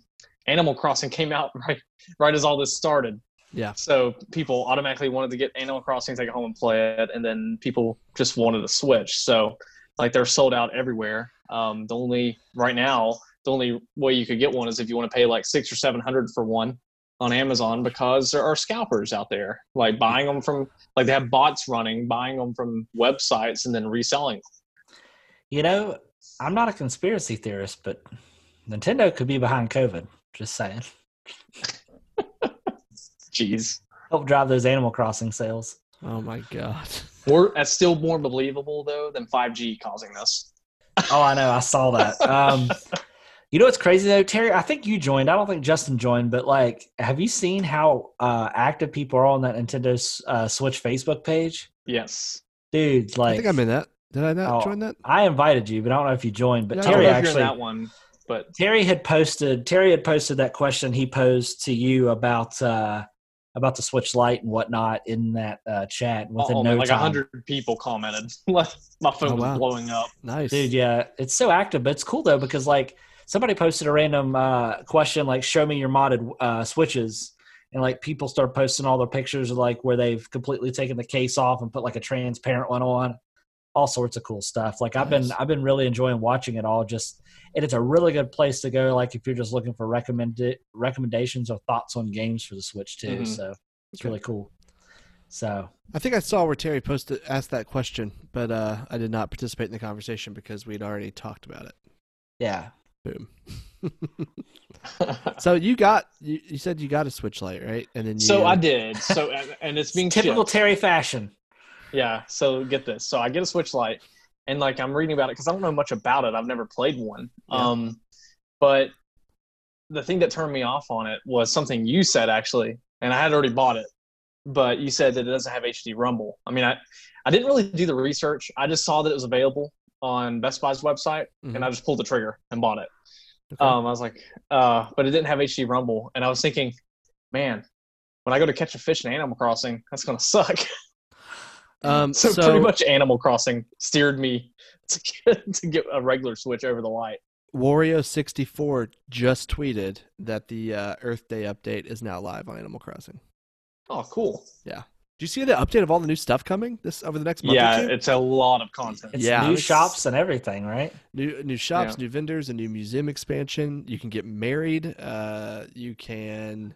Speaker 3: Animal Crossing came out right, right as all this started.
Speaker 1: Yeah.
Speaker 3: So people automatically wanted to get Animal Crossing, take it home and play it, and then people just wanted to Switch. So like they're sold out everywhere. Um, the only right now, the only way you could get one is if you want to pay like six or seven hundred for one on Amazon because there are scalpers out there like buying them from like they have bots running, buying them from websites and then reselling. Them.
Speaker 2: You know, I'm not a conspiracy theorist, but Nintendo could be behind COVID. Just saying.
Speaker 3: Jeez,
Speaker 2: Help drive those Animal Crossing sales.
Speaker 1: Oh my god.
Speaker 3: more that's still more believable though than 5G causing this.
Speaker 2: Oh, I know. I saw that. Um, you know what's crazy though, Terry? I think you joined. I don't think Justin joined, but like, have you seen how uh, active people are on that Nintendo uh, Switch Facebook page,
Speaker 3: Yes.
Speaker 2: dude?
Speaker 1: I
Speaker 2: Like,
Speaker 1: think I'm in that. Did I not
Speaker 2: Oh.
Speaker 1: join that?
Speaker 2: I invited you, but I don't know if you joined. But
Speaker 1: No, I
Speaker 3: I don't
Speaker 2: Terry
Speaker 3: know if you're in
Speaker 2: actually,
Speaker 3: that one, but
Speaker 2: Terry had posted. Terry had posted that question he posed to you about uh, about the Switch Lite and whatnot in that uh, chat. Within
Speaker 3: oh,
Speaker 2: no
Speaker 3: like a
Speaker 2: time,
Speaker 3: hundred people commented. My phone
Speaker 1: Oh, wow.
Speaker 3: was blowing up.
Speaker 1: Nice.
Speaker 2: dude yeah it's so active but it's cool though because like somebody posted a random uh, question like show me your modded uh, switches and like people start posting all their pictures of like where they've completely taken the case off and put like a transparent one on all sorts of cool stuff like i've been
Speaker 1: Nice.
Speaker 2: i've been really enjoying watching it all just and it's a really good place to go like if you're just looking for recommended recommendations or thoughts on games for the switch too
Speaker 1: Mm-hmm.
Speaker 3: Mhm.
Speaker 2: so it's really cool so
Speaker 1: I think I saw where Terry posted asked that question, but uh, I did not participate in the conversation because we'd already talked about it.
Speaker 2: yeah
Speaker 1: Boom. so you got you, you said you got a switch light, right? And then you,
Speaker 3: so I did. So and, and it's being
Speaker 2: typical
Speaker 3: shipped.
Speaker 2: terry fashion
Speaker 3: Yeah. So get this. So I get a Switch Lite, and like I'm reading about it because I don't know much about it. I've never played one.
Speaker 1: Yeah.
Speaker 3: Um, but the thing that turned me off on it was something you said actually, and I had already bought it, but you said that it doesn't have HD Rumble. I mean, I I didn't really do the research. I just saw that it was available on Best Buy's website,
Speaker 1: Mhm.
Speaker 3: and I just pulled the trigger and bought it.
Speaker 1: Okay.
Speaker 3: Um, I was like, uh, but it didn't have HD Rumble, and I was thinking, man, when I go to catch a fish in Animal Crossing, that's gonna suck.
Speaker 1: Um,
Speaker 3: so, pretty much, Animal Crossing steered me to get, to get a regular Switch over the light.
Speaker 1: Wario64 just tweeted that the uh, Earth Day update is now live on Animal Crossing.
Speaker 3: Oh, cool!
Speaker 1: Do you see the update of all the new stuff coming this over the next month?
Speaker 3: Yeah,
Speaker 1: or two?
Speaker 3: it's a lot of content.
Speaker 2: it's
Speaker 1: Yeah,
Speaker 2: new
Speaker 1: it's-
Speaker 2: shops and everything right
Speaker 1: new new shops, new vendors, a new museum expansion. You can get married. Uh, you can.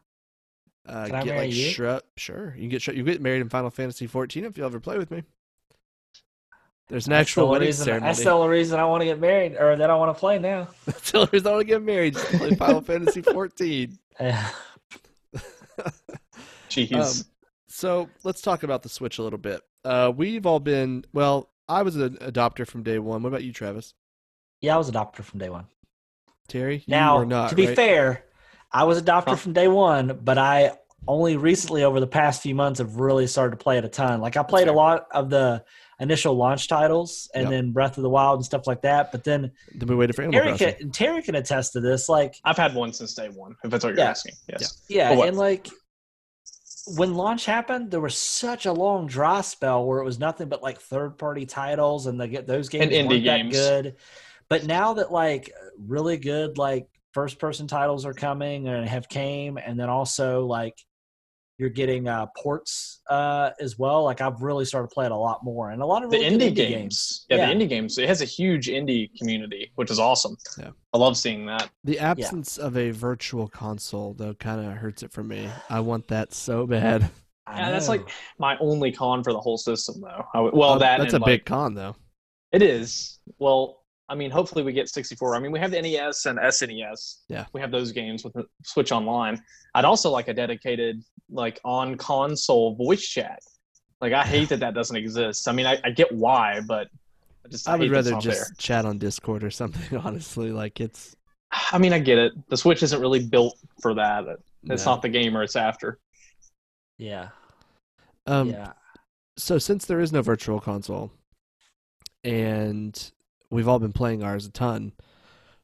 Speaker 1: Uh,
Speaker 2: Can I
Speaker 1: get
Speaker 2: marry
Speaker 1: like
Speaker 2: you?
Speaker 1: shrub. Sure, you can get shrub. you get married in Final Fantasy 14 if you ever play with me. There's an
Speaker 2: That's the
Speaker 1: actual
Speaker 2: only
Speaker 1: wedding
Speaker 2: reason,
Speaker 1: ceremony.
Speaker 2: That's the only reason I want to get married, or that I want to play now.
Speaker 1: That's the only reason I want to get married. Just to play Final Fantasy 14.
Speaker 2: Uh,
Speaker 3: Jeez,
Speaker 1: Um, So let's talk about the Switch a little bit. Uh, we've all been well. I was an adopter from day one. What about you, Travis?
Speaker 2: yeah, I was adopted from day one.
Speaker 1: Terry, you
Speaker 2: Now,
Speaker 1: were not,
Speaker 2: to be
Speaker 1: right?
Speaker 2: fair, I was adopted
Speaker 3: Huh.
Speaker 2: from day one, but I only recently, over the past few months, have really started to play it a ton. Like I played a
Speaker 1: fair.
Speaker 2: lot of the initial launch titles and
Speaker 1: Yep.
Speaker 2: then Breath of the Wild and stuff like that. But then
Speaker 1: then we waited for Animal
Speaker 2: Terry
Speaker 1: Crossing.
Speaker 2: can, Terry can attest to this. Like
Speaker 3: I've had one since day one. If that's what you're
Speaker 2: Yeah.
Speaker 3: asking, yes.
Speaker 2: Yeah,
Speaker 3: Or what?
Speaker 2: and like when launch happened, there was such a long dry spell where it was nothing but like third party titles, and they get those games
Speaker 3: And indie
Speaker 2: weren't that
Speaker 3: games.
Speaker 2: good. But now that like really good like first person titles are coming and have came, and then also like you're getting uh, ports uh, as well. Like I've really started playing a lot more, and a lot of
Speaker 3: The
Speaker 2: really good
Speaker 3: indie, games. Yeah, the indie games. It has a huge indie community, which is awesome.
Speaker 1: Yeah.
Speaker 3: I love seeing that.
Speaker 1: The absence of a virtual console though kind of hurts it for me. I want that so bad.
Speaker 2: I
Speaker 3: Yeah, that's
Speaker 2: know.
Speaker 3: like my only con for the whole system, though. I would- well,
Speaker 1: Um,
Speaker 3: that
Speaker 1: that's a
Speaker 3: and, like,
Speaker 1: big con though.
Speaker 3: It is. Well, I mean, hopefully we get 64. I mean, we have the NES and SNES.
Speaker 1: Yeah.
Speaker 3: We have those games with the Switch Online. I'd also like a dedicated, like, on console voice chat. Like, I hate that that doesn't exist. I mean, I, I get why, but I just
Speaker 1: I would
Speaker 3: hate that's
Speaker 1: rather
Speaker 3: not
Speaker 1: just
Speaker 3: there.
Speaker 1: chat on Discord or something. Honestly, like it's
Speaker 3: I mean, I get it. The Switch isn't really built for that. It's
Speaker 1: no.
Speaker 3: not the gamer it's after.
Speaker 2: yeah,
Speaker 1: Um,
Speaker 2: yeah.
Speaker 1: So since there is no virtual console, and we've all been playing ours a ton,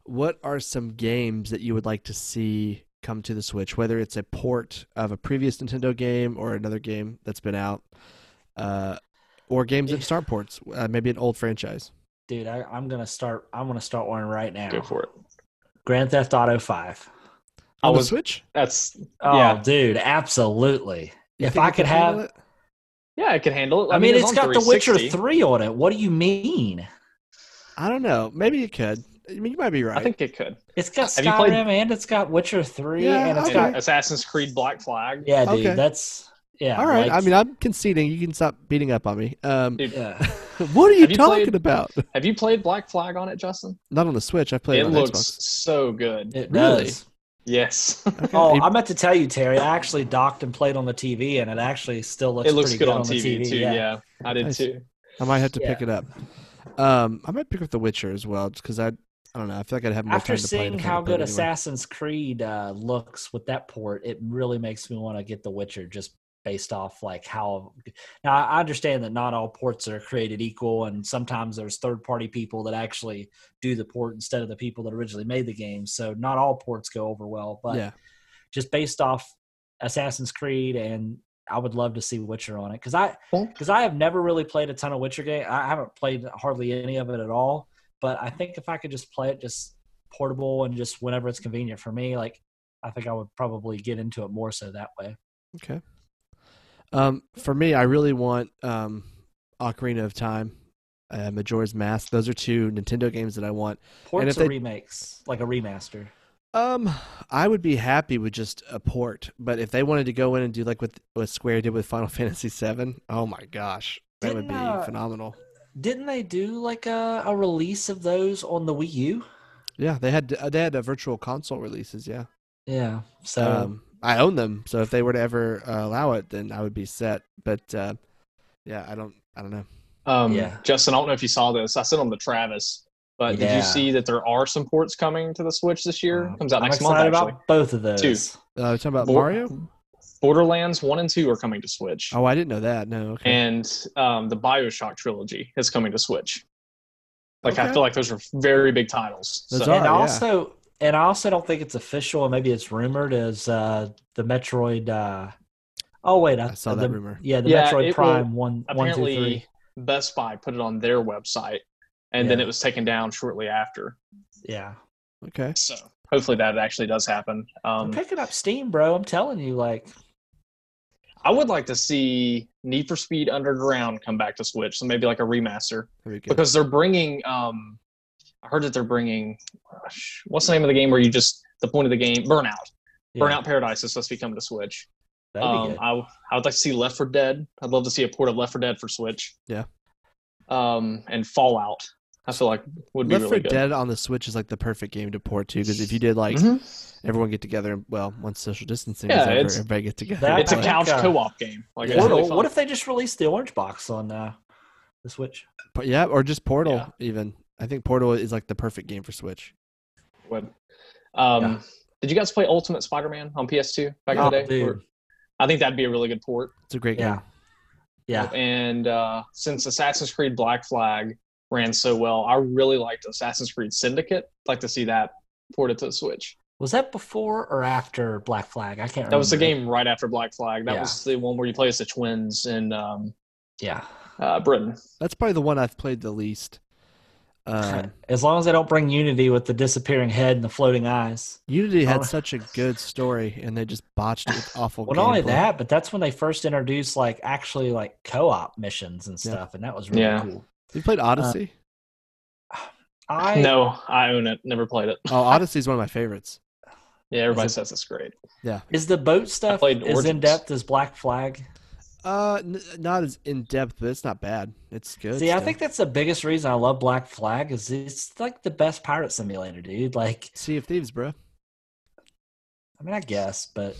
Speaker 1: what are some games that you would like to see come to the Switch? Whether it's a port of a previous Nintendo game or another game that's been out, uh, or games
Speaker 3: Eh.
Speaker 1: that start ports, uh, maybe an old franchise.
Speaker 2: Dude, I, I'm gonna start. I'm gonna start one right now.
Speaker 3: Go for it.
Speaker 2: Grand Theft Auto Five.
Speaker 3: I
Speaker 1: On the
Speaker 3: was-
Speaker 1: Switch?
Speaker 3: That's
Speaker 2: Oh,
Speaker 3: Yeah.
Speaker 2: dude, absolutely.
Speaker 1: You
Speaker 2: if
Speaker 1: think
Speaker 2: I
Speaker 1: it
Speaker 2: could
Speaker 1: can
Speaker 2: have,
Speaker 1: handle it?
Speaker 3: yeah, I could handle it.
Speaker 2: I mean,
Speaker 3: it's
Speaker 2: it's got
Speaker 3: on
Speaker 2: The Witcher
Speaker 3: 360.
Speaker 2: three on it. What do you mean?
Speaker 1: I don't know. Maybe it could. I mean, you might be right.
Speaker 3: I think it could.
Speaker 2: It's got
Speaker 3: Have you played-
Speaker 2: Skyrim and it's got Witcher three
Speaker 1: Yeah,
Speaker 2: and it's
Speaker 1: okay.
Speaker 3: And
Speaker 2: got
Speaker 3: Assassin's Creed Black Flag.
Speaker 2: yeah, dude.
Speaker 1: Okay.
Speaker 2: That's yeah.
Speaker 1: All right.
Speaker 2: like-
Speaker 1: I mean, I'm conceding. You can stop beating up on me. Um,
Speaker 3: Dude,
Speaker 2: yeah.
Speaker 1: what are you
Speaker 3: Have you
Speaker 1: talking
Speaker 3: played-
Speaker 1: about?
Speaker 3: Have you played Black Flag on it, Justin?
Speaker 1: Not on the Switch. I played
Speaker 3: It
Speaker 1: it on
Speaker 3: looks
Speaker 1: Xbox.
Speaker 3: so good.
Speaker 2: It
Speaker 1: Really?
Speaker 2: does.
Speaker 3: Yes,
Speaker 1: Okay.
Speaker 2: Oh,
Speaker 1: You-
Speaker 2: I meant to tell you, Terry. I actually docked and played on the TV, and it actually still looks.
Speaker 3: it looks
Speaker 2: pretty
Speaker 3: good,
Speaker 2: good,
Speaker 3: on,
Speaker 2: the
Speaker 3: TV, too. Yeah. I did
Speaker 1: Nice.
Speaker 3: too.
Speaker 1: I might have to pick it up. Um, I might pick up The Witcher as well, just because I, I don't know. I feel like I'd have more
Speaker 2: After
Speaker 1: time to play. it
Speaker 2: seeing
Speaker 1: if I
Speaker 2: how
Speaker 1: had played
Speaker 2: good
Speaker 1: it anyway.
Speaker 2: Assassin's Creed uh, looks with that port, it really makes me want to get The Witcher just based off like how. Now I understand that not all ports are created equal, and sometimes there's third party people that actually do the port instead of the people that originally made the game. So not all ports go over well, but
Speaker 1: yeah,
Speaker 2: just based off Assassin's Creed and I would love to see Witcher on it because I
Speaker 3: Cool.
Speaker 2: because I have never really played a ton of Witcher game. I haven't played hardly any of it at all. But I think if I could just play it just portable and just whenever it's convenient for me, like I think I would probably get into it more so that way.
Speaker 1: okay. Um, for me, I really want um, Ocarina of Time, uh, Majora's Mask. Those are two Nintendo games that I want.
Speaker 2: Ports
Speaker 1: if
Speaker 2: or
Speaker 1: they-
Speaker 2: remakes, like a remaster.
Speaker 1: Um, I would be happy with just a port, but if they wanted to go in and do like what what Square did with Final Fantasy VII, oh my gosh, that would
Speaker 2: Didn't,
Speaker 1: be
Speaker 2: uh,
Speaker 1: phenomenal.
Speaker 2: Didn't they do like a, a release of those on the Wii U?
Speaker 1: Yeah, they had uh, they had a virtual console releases. Yeah.
Speaker 2: Yeah. So
Speaker 3: Oh.
Speaker 1: Um, I own them, so if they were to ever uh, allow it, then I would be set. But uh, yeah, I don't, I don't know.
Speaker 3: Um,
Speaker 2: Yeah.
Speaker 3: Justin, I don't know if you saw this. I sent on the Travis, but did
Speaker 2: Yeah.
Speaker 3: you see that there are some ports coming to the Switch this year?
Speaker 2: uh,
Speaker 3: Comes out
Speaker 2: I'm
Speaker 3: next month.
Speaker 2: excited
Speaker 3: Actually,
Speaker 2: about both of
Speaker 1: Uh,
Speaker 2: those.
Speaker 1: you talking about
Speaker 3: Bor-
Speaker 1: Mario?
Speaker 3: Borderlands One and Two are coming to Switch,
Speaker 1: Oh, I didn't know that. No, okay.
Speaker 3: and um, the Bioshock trilogy is coming to Switch. Like
Speaker 1: Okay.
Speaker 3: I feel like those are very big titles.
Speaker 1: Those
Speaker 3: so,
Speaker 1: are.
Speaker 2: and
Speaker 1: yeah.
Speaker 2: also and I also don't think it's official, and maybe it's rumored as uh, the Metroid. Uh, oh wait, I,
Speaker 1: I saw that
Speaker 2: the-
Speaker 1: rumor.
Speaker 2: Yeah, the
Speaker 3: Yeah, it
Speaker 2: Metroid
Speaker 3: will-
Speaker 2: Prime one, one, two,
Speaker 3: apparently,
Speaker 2: three.
Speaker 3: Best Buy put it on their website, and then
Speaker 2: Yeah.
Speaker 3: it was taken down shortly after.
Speaker 2: Yeah,
Speaker 1: Okay.
Speaker 3: So hopefully that actually does happen.
Speaker 2: I'm
Speaker 3: Um,
Speaker 2: picking up Steam, bro. I'm telling you, like,
Speaker 3: I would like to see Need for Speed Underground come back to Switch, so maybe like a remaster
Speaker 1: That'd be good.
Speaker 3: because they're bringing. Um, I heard that they're bringing. gosh, What's the name of the game where you just the point of the game? Burnout.
Speaker 2: yeah,
Speaker 3: Burnout Paradise is supposed to be coming to Switch.
Speaker 2: that'd be
Speaker 3: Um,
Speaker 2: good.
Speaker 3: I w- I would like to see Left 4 Dead. I'd love to see a port of Left 4 Dead for Switch.
Speaker 1: Yeah.
Speaker 3: Um, and Fallout. I feel like would be
Speaker 1: Left
Speaker 3: really
Speaker 1: 4
Speaker 3: good.
Speaker 1: Dead on the Switch is like the perfect game to port to because if you did like
Speaker 3: Mhm.
Speaker 1: everyone get together, and well, once social distancing
Speaker 3: Yeah,
Speaker 1: is over,
Speaker 3: it's-
Speaker 1: everybody get together.
Speaker 2: That-
Speaker 1: and
Speaker 3: It's a
Speaker 1: play.
Speaker 2: like,
Speaker 3: couch
Speaker 2: uh,
Speaker 3: co-op game. Like
Speaker 1: yeah.
Speaker 3: it's really
Speaker 2: Portal.
Speaker 3: fun.
Speaker 2: What if they just released the orange box on uh, the Switch?
Speaker 1: But yeah, or just Portal
Speaker 3: Yeah.
Speaker 1: even. I think Portal is like the perfect game for Switch.
Speaker 3: would. Um,
Speaker 2: Yeah.
Speaker 3: Did you guys play Ultimate Spider-Man on PS2 back
Speaker 2: Oh,
Speaker 3: in the day?
Speaker 2: dude.
Speaker 3: Or- I think that'd be a really good port.
Speaker 1: It's a great
Speaker 2: Yeah.
Speaker 1: game.
Speaker 2: Yeah,
Speaker 3: And uh, since Assassin's Creed Black Flag ran so well, I really liked Assassin's Creed Syndicate. I'd like to see that ported to the Switch.
Speaker 2: was that before or after Black Flag? I can't.
Speaker 3: That was the
Speaker 2: remember.
Speaker 3: game right after Black Flag. That
Speaker 2: Mm-hmm. Yeah.
Speaker 3: was the one where you play as the twins in um,
Speaker 2: Yeah,
Speaker 3: uh, Britain.
Speaker 1: That's probably the one I've played the least. Um,
Speaker 2: as long as they don't bring Unity with the disappearing head and the floating eyes.
Speaker 1: Unity had
Speaker 2: Oh.
Speaker 1: such a good story, and they just botched it with awful.
Speaker 2: Well, not only
Speaker 1: gameplay.
Speaker 2: that, but that's when they first introduced like actually like co-op missions and
Speaker 1: Yeah.
Speaker 2: stuff, and that was really
Speaker 3: Yeah.
Speaker 2: cool.
Speaker 1: you played Odyssey?
Speaker 2: I
Speaker 3: no, I own it. Never played it.
Speaker 1: oh, Odyssey is one of my favorites.
Speaker 3: Yeah, everybody
Speaker 2: Is
Speaker 3: says it's great.
Speaker 2: is the boat stuff
Speaker 3: played
Speaker 2: as
Speaker 3: Origins.
Speaker 2: in depth as Black Flag.
Speaker 1: Uh, n- not as in depth, but it's not bad. It's good.
Speaker 2: See, I
Speaker 1: still.
Speaker 2: think that's the biggest reason I love Black Flag is it's like the best pirate simulator, dude. Like,
Speaker 1: Sea of Thieves, bro.
Speaker 2: I mean, I guess, but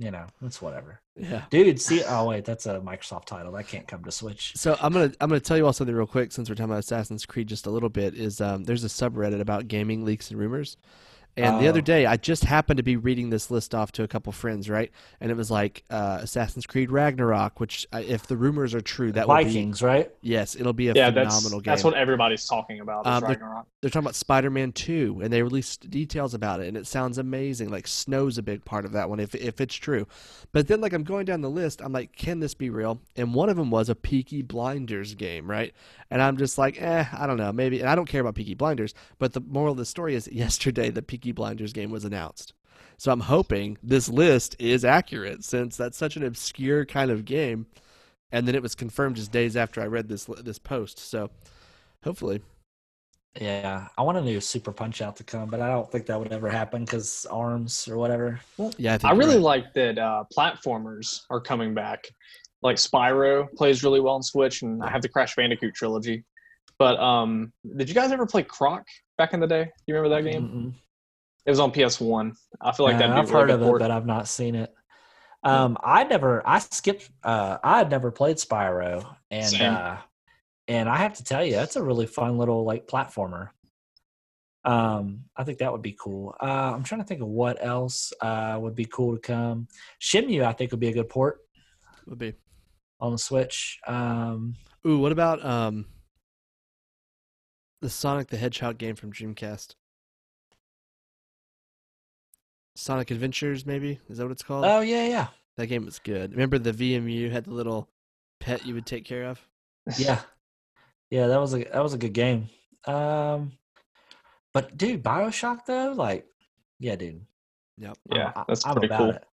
Speaker 2: you know, it's whatever,
Speaker 1: Yeah.
Speaker 2: dude. See, oh wait, that's a Microsoft title that can't come to Switch.
Speaker 1: So I'm gonna I'm gonna tell you all something real quick since we're talking about Assassin's Creed just a little bit. Is um, there's a subreddit about gaming leaks and rumors, and the other
Speaker 2: Oh.
Speaker 1: day I just happened to be reading this list off to a couple friends, right? And it was like uh, Assassin's Creed Ragnarok, which uh, if the rumors are true, that will be
Speaker 2: Vikings, right?
Speaker 1: yes, it'll be a
Speaker 3: yeah, that's
Speaker 1: phenomenal game.
Speaker 3: that's what everybody's talking about. Is
Speaker 1: Um, the-
Speaker 3: Ragnarok.
Speaker 1: they're talking about Spider-Man 2 and they released details about it and it sounds amazing like snow's a big part of that one if if it's true. But then like I'm going down the list I'm like can this be real? And one of them was a Peaky Blinders game, right? And I'm just like, "Eh, I don't know, maybe." And I don't care about Peaky Blinders, but the moral of the story is yesterday the Peaky Blinders game was announced. So I'm hoping this list is accurate since that's such an obscure kind of game. And then it was confirmed just days after I read this this post. So hopefully,
Speaker 2: Yeah, I want a new Super Punch Out to come, but I don't think that would ever happen because arms or whatever.
Speaker 1: yeah. I, think
Speaker 3: I
Speaker 1: you're
Speaker 3: really
Speaker 1: right.
Speaker 3: like that uh, platformers are coming back. Like Spyro plays really well on Switch, and I have the Crash Bandicoot trilogy. But um, did you guys ever play Croc back in the day? You remember that game?
Speaker 2: Mm-mm.
Speaker 3: It was on PS1. I feel like
Speaker 2: Uh,
Speaker 3: that'd be
Speaker 2: I've
Speaker 3: really
Speaker 2: heard
Speaker 3: good
Speaker 2: of it,
Speaker 3: port.
Speaker 2: but I've not seen it. Um, I never, I skipped, uh, I had never played Spyro, and
Speaker 3: Same.
Speaker 2: uh, and I have to tell you, that's a really fun little like platformer. Um, I think that would be cool. Uh, I'm trying to think of what else uh, would be cool to come. Shenmue, I think, would be a good port
Speaker 1: would be.
Speaker 2: on the Switch. Um,
Speaker 1: Ooh, what about um the Sonic the Hedgehog game from Dreamcast? Sonic Adventures, maybe is that what it's called?
Speaker 3: Uh,
Speaker 2: oh yeah, yeah,
Speaker 1: that game was good. Remember the VMU had the little pet you would take care of.
Speaker 2: yeah yeah that was a that was a good game um but dude bioshock though like yeah dude
Speaker 1: Yep.
Speaker 2: I'm-
Speaker 3: Yeah,
Speaker 2: I-
Speaker 3: that's
Speaker 2: I'm
Speaker 3: pretty
Speaker 2: about
Speaker 3: cool.
Speaker 2: it.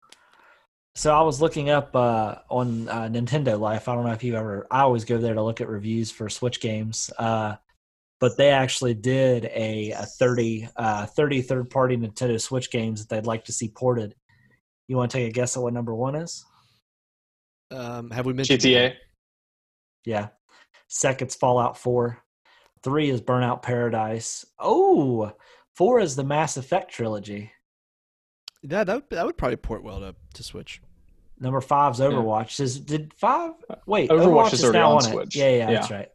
Speaker 2: so i was looking up uh on uh, nintendo life i don't know if you ever i always go there to look at reviews for switch games uh but they actually did a, a 30 uh 30 third party nintendo switch games that they'd like to see ported you want to take a guess at what number one is
Speaker 1: Um, have we mentioned
Speaker 3: GTA.
Speaker 2: Yeah. Second's Fallout 4. Three is Burnout Paradise. Oh, four is the Mass Effect trilogy.
Speaker 1: Yeah, that would, that would probably port well to to Switch.
Speaker 2: Number five's Overwatch. Is did five? Wait,
Speaker 3: Overwatch
Speaker 2: Overwatch,
Speaker 3: is
Speaker 2: is,
Speaker 3: already
Speaker 2: now
Speaker 3: on
Speaker 2: on,
Speaker 3: Switch.
Speaker 2: it. Yeah, yeah, that's right.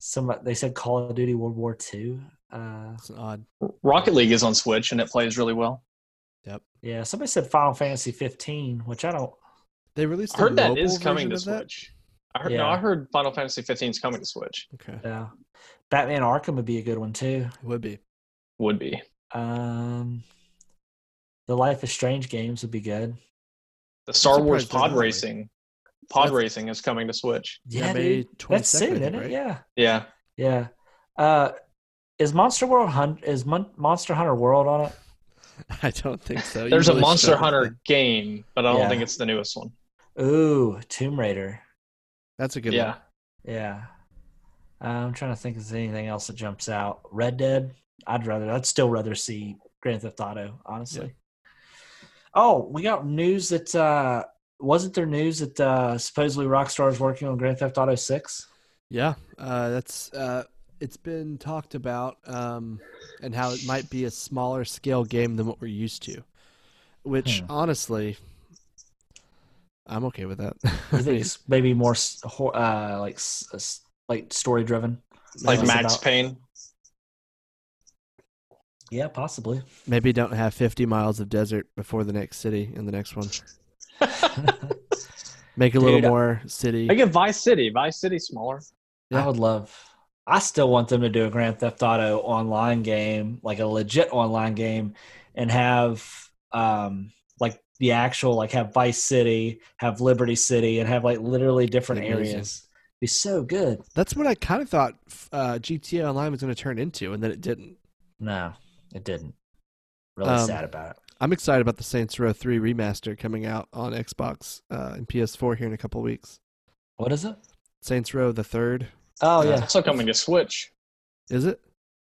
Speaker 2: Some they said Call of Duty World War Two. Uh,
Speaker 1: It's an odd.
Speaker 3: Rocket League is on Switch, and it plays really well.
Speaker 2: yeah, somebody said Final Fantasy 15, which I don't.
Speaker 1: They released.
Speaker 3: I heard
Speaker 1: the
Speaker 3: that
Speaker 1: mobile
Speaker 3: is coming
Speaker 1: version
Speaker 3: to
Speaker 1: of that?
Speaker 3: Switch. I heard, No,
Speaker 2: Yeah.
Speaker 3: I heard Final Fantasy 15 is coming to Switch.
Speaker 1: Okay,
Speaker 2: Yeah, uh, Batman Arkham would be a good one too.
Speaker 1: would be.
Speaker 3: Would be.
Speaker 2: Um, the Life is Strange games would be good.
Speaker 3: The Star Wars
Speaker 1: surprised they're
Speaker 3: pod
Speaker 1: not, like-
Speaker 3: racing. Pod
Speaker 1: That's-
Speaker 3: racing is coming to Switch.
Speaker 2: Yeah,
Speaker 1: May
Speaker 2: dude. that's
Speaker 1: 22nd, I
Speaker 2: soon,
Speaker 1: think,
Speaker 2: isn't it?
Speaker 1: right?
Speaker 2: Yeah.
Speaker 3: Yeah.
Speaker 2: Yeah. Uh, is Monster World Hunt is Mon- Monster Hunter World on it?
Speaker 1: I don't think so. You
Speaker 3: There's a
Speaker 1: really
Speaker 3: Monster
Speaker 1: struggled with
Speaker 3: Hunter
Speaker 1: that.
Speaker 3: game, but I don't
Speaker 2: Yeah.
Speaker 3: think it's the newest one.
Speaker 2: Ooh, Tomb Raider.
Speaker 1: That's a good
Speaker 3: yeah.
Speaker 1: one.
Speaker 2: Yeah. Uh, I'm trying to think if there's anything else that jumps out. Red Dead. I'd rather. I'd still rather see Grand Theft Auto. Honestly. Oh, we got news that uh, wasn't there news that uh, supposedly Rockstar is working on Grand Theft Auto Six.
Speaker 1: Yeah, uh, that's uh, it's been talked about, um, and how it might be a smaller scale game than what we're used to. Which
Speaker 2: Hmm.
Speaker 1: honestly, I'm okay with that.
Speaker 2: You think it's maybe more s- hor- uh, like s- s- like story driven?
Speaker 3: Like
Speaker 2: That's
Speaker 3: Max
Speaker 2: about-
Speaker 3: Payne.
Speaker 2: Yeah, possibly.
Speaker 1: Maybe don't have 50 miles of desert before the next city in the next one. Make a little
Speaker 2: Dude, I-
Speaker 1: more city.
Speaker 3: I get Vice City. Vice City smaller.
Speaker 1: Yeah.
Speaker 2: I would love. I still want them to do a Grand Theft Auto online game, like a legit online game, and have um like the actual like have Vice City, have Liberty City, and have like literally different
Speaker 1: Amazing.
Speaker 2: areas. Be so good.
Speaker 1: That's what I kind of thought uh, GTA Online was going to turn into, and then it didn't.
Speaker 2: No, it didn't. Really
Speaker 1: Um,
Speaker 2: sad about it.
Speaker 1: I'm excited about the Saints Row 3 remaster coming out on Xbox uh, and PS4 here in a couple weeks.
Speaker 2: What is it?
Speaker 1: Saints Row the third,
Speaker 2: Oh
Speaker 1: yeah.
Speaker 2: yeah,
Speaker 3: Also coming to Switch.
Speaker 1: is it?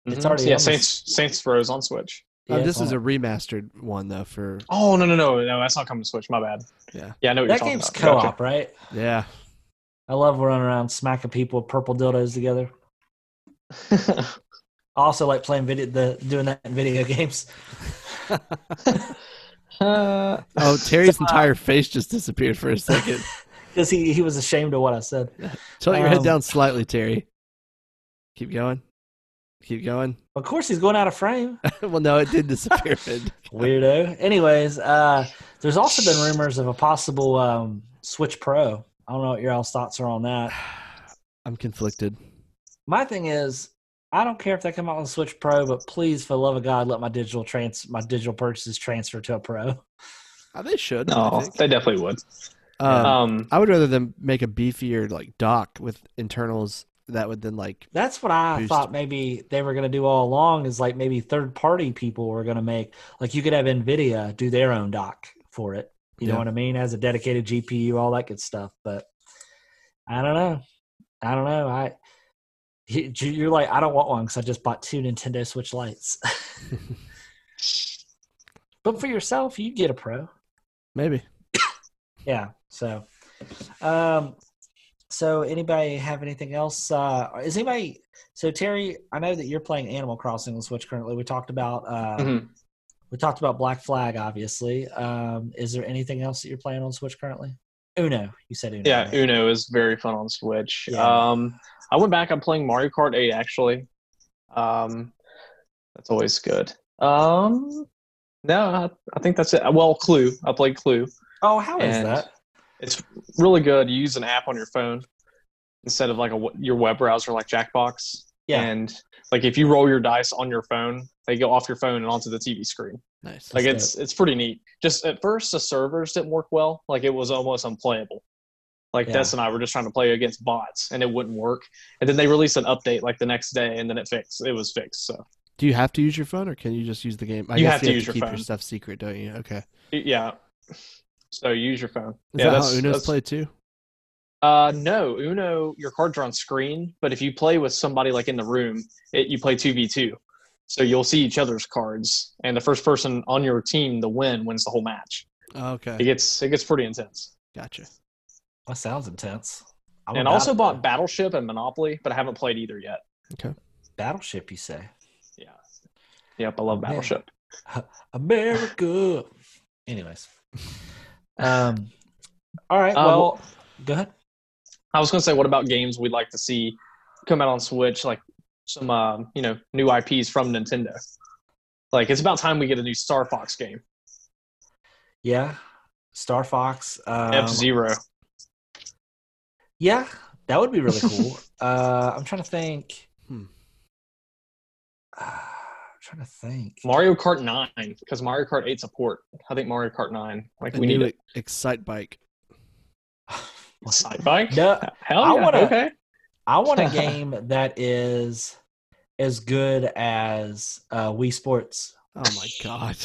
Speaker 2: It's
Speaker 3: Mhm.
Speaker 2: already
Speaker 3: yeah.
Speaker 2: on the-
Speaker 3: Saints Saints Row's on Switch.
Speaker 1: Oh,
Speaker 2: Yeah,
Speaker 1: this
Speaker 2: it's on
Speaker 1: is
Speaker 2: it.
Speaker 1: a remastered one though. For
Speaker 3: Oh no no no no that's not coming to Switch. My bad.
Speaker 1: Yeah.
Speaker 3: Yeah. I know what
Speaker 2: that
Speaker 3: you're
Speaker 2: game's
Speaker 3: talking about.
Speaker 2: co-op,
Speaker 3: Gotcha.
Speaker 2: right?
Speaker 1: yeah,
Speaker 2: I love running around smacking people with purple dildos together. I also like playing video, the doing that in video games.
Speaker 3: Uh,
Speaker 1: oh, Terry's entire face just disappeared for a second.
Speaker 2: Because he, he was ashamed of what I said.
Speaker 1: Tilt your head
Speaker 2: Um,
Speaker 1: down slightly, Terry. Keep going. Keep going.
Speaker 2: Of course, he's going out of frame.
Speaker 1: well, no, it did disappear. It-
Speaker 2: Weirdo. Anyways, uh, there's also been rumors of a possible um, Switch Pro. I don't know what your all's thoughts are on that.
Speaker 1: I'm conflicted.
Speaker 2: My thing is, I don't care if they come out with a Switch Pro, but please, for the love of God, let my digital trans my digital purchases transfer to a Pro.
Speaker 1: Uh, they should. I,
Speaker 3: no,
Speaker 1: think.
Speaker 3: they definitely would.
Speaker 2: Oh.
Speaker 1: Um,
Speaker 3: Um,
Speaker 1: I would rather them make a beefier like dock with internals that would then like
Speaker 2: That's what I
Speaker 1: Boost.
Speaker 2: thought maybe they were going to do all along is like maybe third party people were going to make, like you could have NVIDIA do their own dock for it. You know
Speaker 1: Yeah.
Speaker 2: what I mean? As a dedicated GPU, all that good stuff. But I don't know. I don't know. I, you- you're like, I don't want one because I just bought two Nintendo Switch lights. but for yourself, you get a pro.
Speaker 1: maybe
Speaker 2: Yeah. So, um, so anybody have anything else? Uh, is anybody? So Terry, I know that you're playing Animal Crossing on Switch currently. We talked about uh,
Speaker 3: Mhm.
Speaker 2: we talked about Black Flag, obviously. Um, is there anything else that you're playing on Switch currently? Uno, you said Uno.
Speaker 3: Yeah,
Speaker 2: right?
Speaker 3: Uno is very fun on Switch.
Speaker 2: Yeah.
Speaker 3: Um, I went back. I'm playing Mario Kart 8 actually. Um, that's always good. Um, no, I, I think that's it. Well, Clue. I played Clue.
Speaker 2: Oh, how is
Speaker 3: And
Speaker 2: that?
Speaker 3: It's really good. You use an app on your phone instead of like a, w- your web browser like Jackbox.
Speaker 2: Yeah.
Speaker 3: And like if you roll your dice on your phone, they go off your phone and onto the TV screen.
Speaker 1: nice.
Speaker 3: Like
Speaker 2: That's
Speaker 3: it's it's pretty neat. Just at first the servers didn't work well. Like it was almost unplayable. Like
Speaker 2: Yeah.
Speaker 3: Des and I were just trying to play against bots and it wouldn't work. And then they released an update like the next day and then it fixed. It was fixed. So
Speaker 1: Do you have to use your phone, or can you just use the game? I
Speaker 3: You
Speaker 1: guess
Speaker 3: have to use your
Speaker 1: keep your
Speaker 3: phone.
Speaker 1: stuff secret, don't you? Okay. Is
Speaker 3: yeah. So use your phone.
Speaker 1: that
Speaker 3: yeah,
Speaker 1: how
Speaker 3: that's-
Speaker 1: Uno's
Speaker 3: that's-
Speaker 1: played too?
Speaker 3: Uh, no, Uno, your cards are on screen, but if you play with somebody like in the room, it, you play 2v2. So you'll see each other's cards, and the first person on your team to win wins the whole match.
Speaker 1: Oh, okay,
Speaker 3: It gets it gets pretty intense.
Speaker 1: gotcha.
Speaker 2: That sounds intense. I'm
Speaker 3: and
Speaker 2: about
Speaker 3: also
Speaker 2: it.
Speaker 3: bought Battleship and Monopoly, but I haven't played either yet.
Speaker 2: Battleship. You say
Speaker 3: Yep, I love
Speaker 2: Oh, Man.
Speaker 3: Battleship.
Speaker 2: America. Anyways, um, all right.
Speaker 3: Um,
Speaker 2: Well, go ahead.
Speaker 3: I was gonna say, what about games we'd like to see come out on Switch? Like some um, you know new IPs from Nintendo. Like it's about time we get a new Star Fox game.
Speaker 2: Yeah, Star Fox. Um,
Speaker 3: F Zero.
Speaker 2: Yeah, that would be really cool. uh, I'm trying to think.
Speaker 1: Hmm.
Speaker 2: Uh, I'm trying to think.
Speaker 3: Mario Kart 9 because Mario Kart 8 support. I think Mario Kart 9. Like
Speaker 1: A
Speaker 3: we need
Speaker 1: new
Speaker 3: it.
Speaker 1: Excite Bike.
Speaker 3: Side bike.
Speaker 2: No,
Speaker 3: Hell
Speaker 2: I
Speaker 3: yeah,
Speaker 2: wanna-
Speaker 3: Okay.
Speaker 2: I want a game that is as good as uh, Wii Sports.
Speaker 1: Oh my god!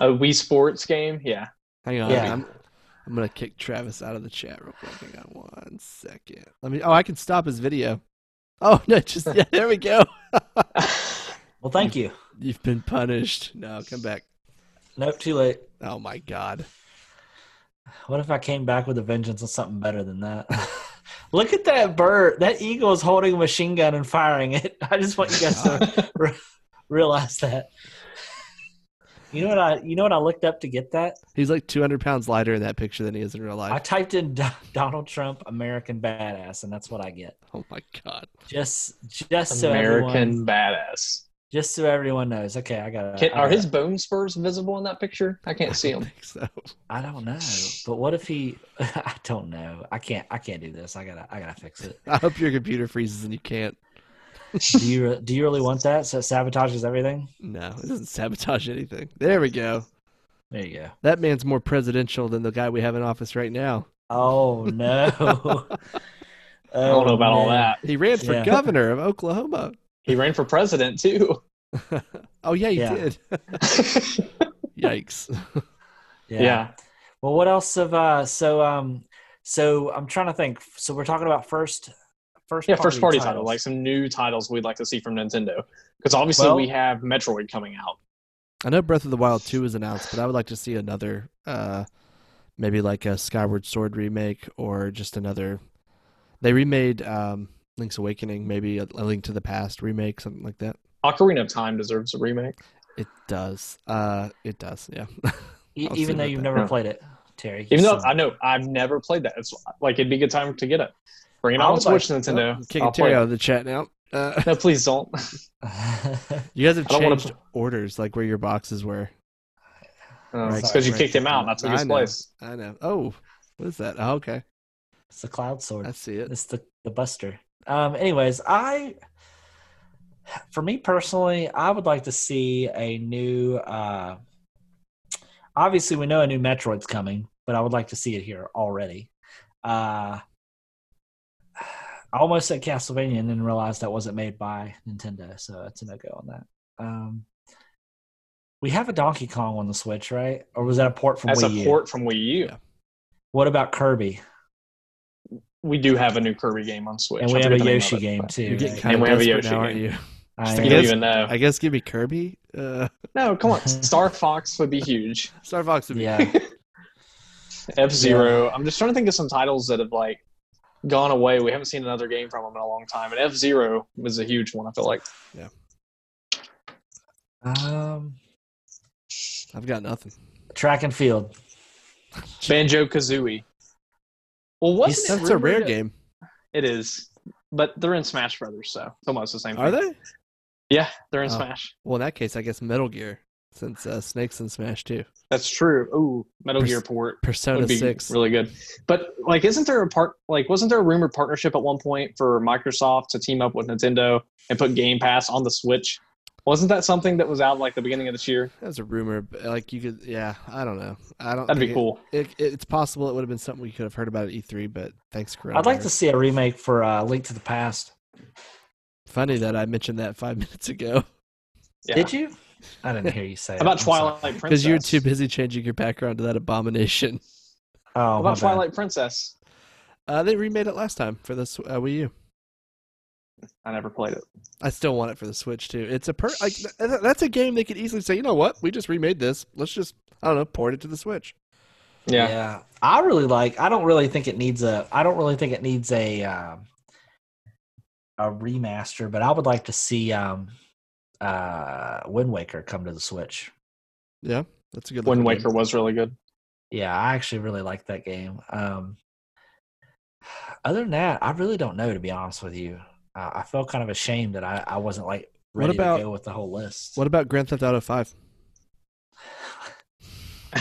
Speaker 3: A Wii Sports game. Yeah.
Speaker 1: Hang on,
Speaker 2: Yeah.
Speaker 1: I'm, I'm gonna kick Travis out of the chat real quick. Hang on one second. Let me. Oh, I can stop his video. Oh no! Just yeah, there we go.
Speaker 2: Well, thank you.
Speaker 1: You've been punished. No, come back.
Speaker 2: Nope, too late.
Speaker 1: Oh my god!
Speaker 2: What if I came back with a vengeance on something better than that? Look at that bird. That eagle is holding a machine gun and firing it. I just want you guys to re- realize that. You know what I? You know what I looked up to get that?
Speaker 1: He's like 200 pounds lighter in that picture than he is in real
Speaker 2: I
Speaker 1: life.
Speaker 2: typed in Do- Donald Trump American badass, and that's what I get.
Speaker 1: Oh my god!
Speaker 2: Just, just so
Speaker 3: American
Speaker 2: everyone,
Speaker 3: badass.
Speaker 2: just so everyone knows. Okay, Uh, I got
Speaker 3: Can,
Speaker 2: to.
Speaker 3: are his bone spurs visible in that picture? I can't see them.
Speaker 1: think so.
Speaker 2: I don't know, but what if he? I don't know. I can't. I can't do this. I gotta. I gotta fix it.
Speaker 1: I hope your computer freezes and you can't.
Speaker 2: do you re- do you really want that? So it sabotages everything.
Speaker 1: No, it doesn't sabotage anything. There we go.
Speaker 2: There you go.
Speaker 1: That man's more presidential than the guy we have in office right now.
Speaker 2: Oh no.
Speaker 3: I
Speaker 2: Oh,
Speaker 3: don't know about all that.
Speaker 1: He ran for
Speaker 2: Yeah.
Speaker 1: governor of Oklahoma.
Speaker 3: He ran for president too.
Speaker 1: oh yeah, he
Speaker 2: Yeah.
Speaker 1: did.
Speaker 3: yeah.
Speaker 1: Yikes.
Speaker 2: Yeah. Well, what else of uh? So um, so I'm trying to think. So we're talking about first, first,
Speaker 3: Yeah, first party title,
Speaker 2: titles.
Speaker 3: like some new titles we'd like to see from Nintendo. Because obviously
Speaker 2: Well-
Speaker 3: we have Metroid coming out.
Speaker 1: I know Breath of the Wild 2 was announced, but I would like to see another uh maybe like a Skyward Sword remake or just another They remade um Link's Awakening, maybe a a Link to the Past remake, something like that.
Speaker 3: Ocarina of Time deserves a remake.
Speaker 1: It does. Uh it does. Yeah.
Speaker 2: E-
Speaker 1: I'll see
Speaker 2: even though
Speaker 1: about
Speaker 2: you've
Speaker 1: that.
Speaker 2: never
Speaker 3: Yeah.
Speaker 2: played it, Terry.
Speaker 3: Even though
Speaker 2: so-
Speaker 3: I know I've never played that. It's like it'd be a good time to get it. Bring it
Speaker 2: I
Speaker 3: out on
Speaker 2: would like- uh,
Speaker 3: Switch, Nintendo.
Speaker 1: Oh,
Speaker 3: I'll
Speaker 1: kicking
Speaker 3: play
Speaker 1: Terry
Speaker 3: it.
Speaker 1: out of the chat now. Uh,
Speaker 3: No, please don't. Um,
Speaker 1: you guys have
Speaker 3: I don't wanna
Speaker 1: changed orders, like where your boxes were.
Speaker 2: Right,
Speaker 3: because you
Speaker 1: right.
Speaker 3: kicked him out. and I took
Speaker 1: I
Speaker 3: his
Speaker 1: know.
Speaker 3: place.
Speaker 1: I know. Oh, what is that? Oh, okay,
Speaker 2: it's the cloud sword.
Speaker 1: I see it.
Speaker 2: It's the the Buster. Um. Anyways, I. For me personally, I would like to see a new. uh Obviously, we know a new Metroid's coming, but I would like to see it here already. Uh I almost said Castlevania and then realized that wasn't made by Nintendo, so it's a no go on that. Um, we have a Donkey Kong on the Switch, right? Or was that a port from
Speaker 3: As
Speaker 2: Wii
Speaker 3: a
Speaker 2: U?
Speaker 3: port from Wii U,
Speaker 1: Yeah.
Speaker 2: What about Kirby?
Speaker 3: we do have a new Kirby game on Switch.
Speaker 2: And
Speaker 3: I
Speaker 2: we have
Speaker 3: forget
Speaker 2: a
Speaker 3: the name of
Speaker 2: Yoshi
Speaker 3: it,
Speaker 2: game
Speaker 3: but
Speaker 2: too.
Speaker 1: You're getting
Speaker 2: right?
Speaker 1: kind
Speaker 3: And
Speaker 1: of
Speaker 3: we have a
Speaker 1: desperate
Speaker 3: Yoshi
Speaker 1: now, aren't
Speaker 3: game.
Speaker 1: you?
Speaker 2: I
Speaker 3: I
Speaker 1: thinking
Speaker 3: don't
Speaker 2: am-
Speaker 1: Yes.
Speaker 3: even know.
Speaker 1: I guess give me Kirby. Uh,
Speaker 3: No, come on. Star Fox would be huge.
Speaker 1: Star Fox would be.
Speaker 2: yeah.
Speaker 3: F Zero. I'm just trying to think of some titles that have like gone away. We haven't seen another game from them in a long time, and F Zero was a huge one. I feel like
Speaker 2: Um,
Speaker 1: I've got nothing.
Speaker 2: track and field.
Speaker 3: Banjo Kazooie. Well, wasn't it
Speaker 1: That's a rare
Speaker 3: rumored-
Speaker 1: game.
Speaker 3: It is, but they're in Smash Brothers, so it's almost the same.
Speaker 1: Are
Speaker 3: thing.
Speaker 1: they?
Speaker 3: Yeah, they're in
Speaker 1: Oh.
Speaker 3: Smash.
Speaker 1: Well, in that case, I guess Metal Gear, since uh, Snake's in Smash too.
Speaker 3: That's true. Ooh, Metal
Speaker 1: Pers-
Speaker 3: Gear port
Speaker 1: Persona
Speaker 3: would be
Speaker 1: 6.
Speaker 3: really good. But like, isn't there a part? Like, wasn't there a rumored partnership at one point for Microsoft to team up with Nintendo and put Game Pass on the Switch? Wasn't that something that was out like the beginning of this year?
Speaker 1: That was a rumor. but, Like you could, yeah. I don't know. I don't.
Speaker 3: That'd be
Speaker 1: think
Speaker 3: cool.
Speaker 1: It, it, it's possible it would have been something we could have heard about at E3, but thanks, Corona.
Speaker 2: I'd like to see a remake for uh, Link to the Past.
Speaker 1: Funny that I mentioned that five minutes ago
Speaker 3: Yeah.
Speaker 2: Did you? I didn't hear you say
Speaker 3: How about
Speaker 2: it. I'm sorry.
Speaker 3: Twilight Princess?
Speaker 1: because you were too busy changing your background to that abomination.
Speaker 2: Oh,
Speaker 3: How
Speaker 2: my
Speaker 3: about
Speaker 2: bad.
Speaker 3: Twilight Princess?
Speaker 1: Uh, they remade it last time for the S- uh, Wii U.
Speaker 3: I never played it.
Speaker 1: I still want it for the Switch too. It's a per like th- th- that's a game they could easily say, you know what? We just remade this. Let's just I don't know, port it to the Switch.
Speaker 3: Yeah.
Speaker 2: I really like. I don't really think it needs a. I don't really think it needs a um, a remaster, but I would like to see um, uh, Wind Waker come to the Switch.
Speaker 1: Yeah, that's a good.
Speaker 3: Wind
Speaker 1: looking
Speaker 3: Waker
Speaker 1: game.
Speaker 3: was really good.
Speaker 2: Yeah, I actually really like that game. Um, other than that, I really don't know to be honest with you. Uh, I felt kind of ashamed that I, I wasn't like
Speaker 1: What
Speaker 2: ready
Speaker 1: about-
Speaker 2: to go with the whole list.
Speaker 1: What about Grand Theft Auto Five?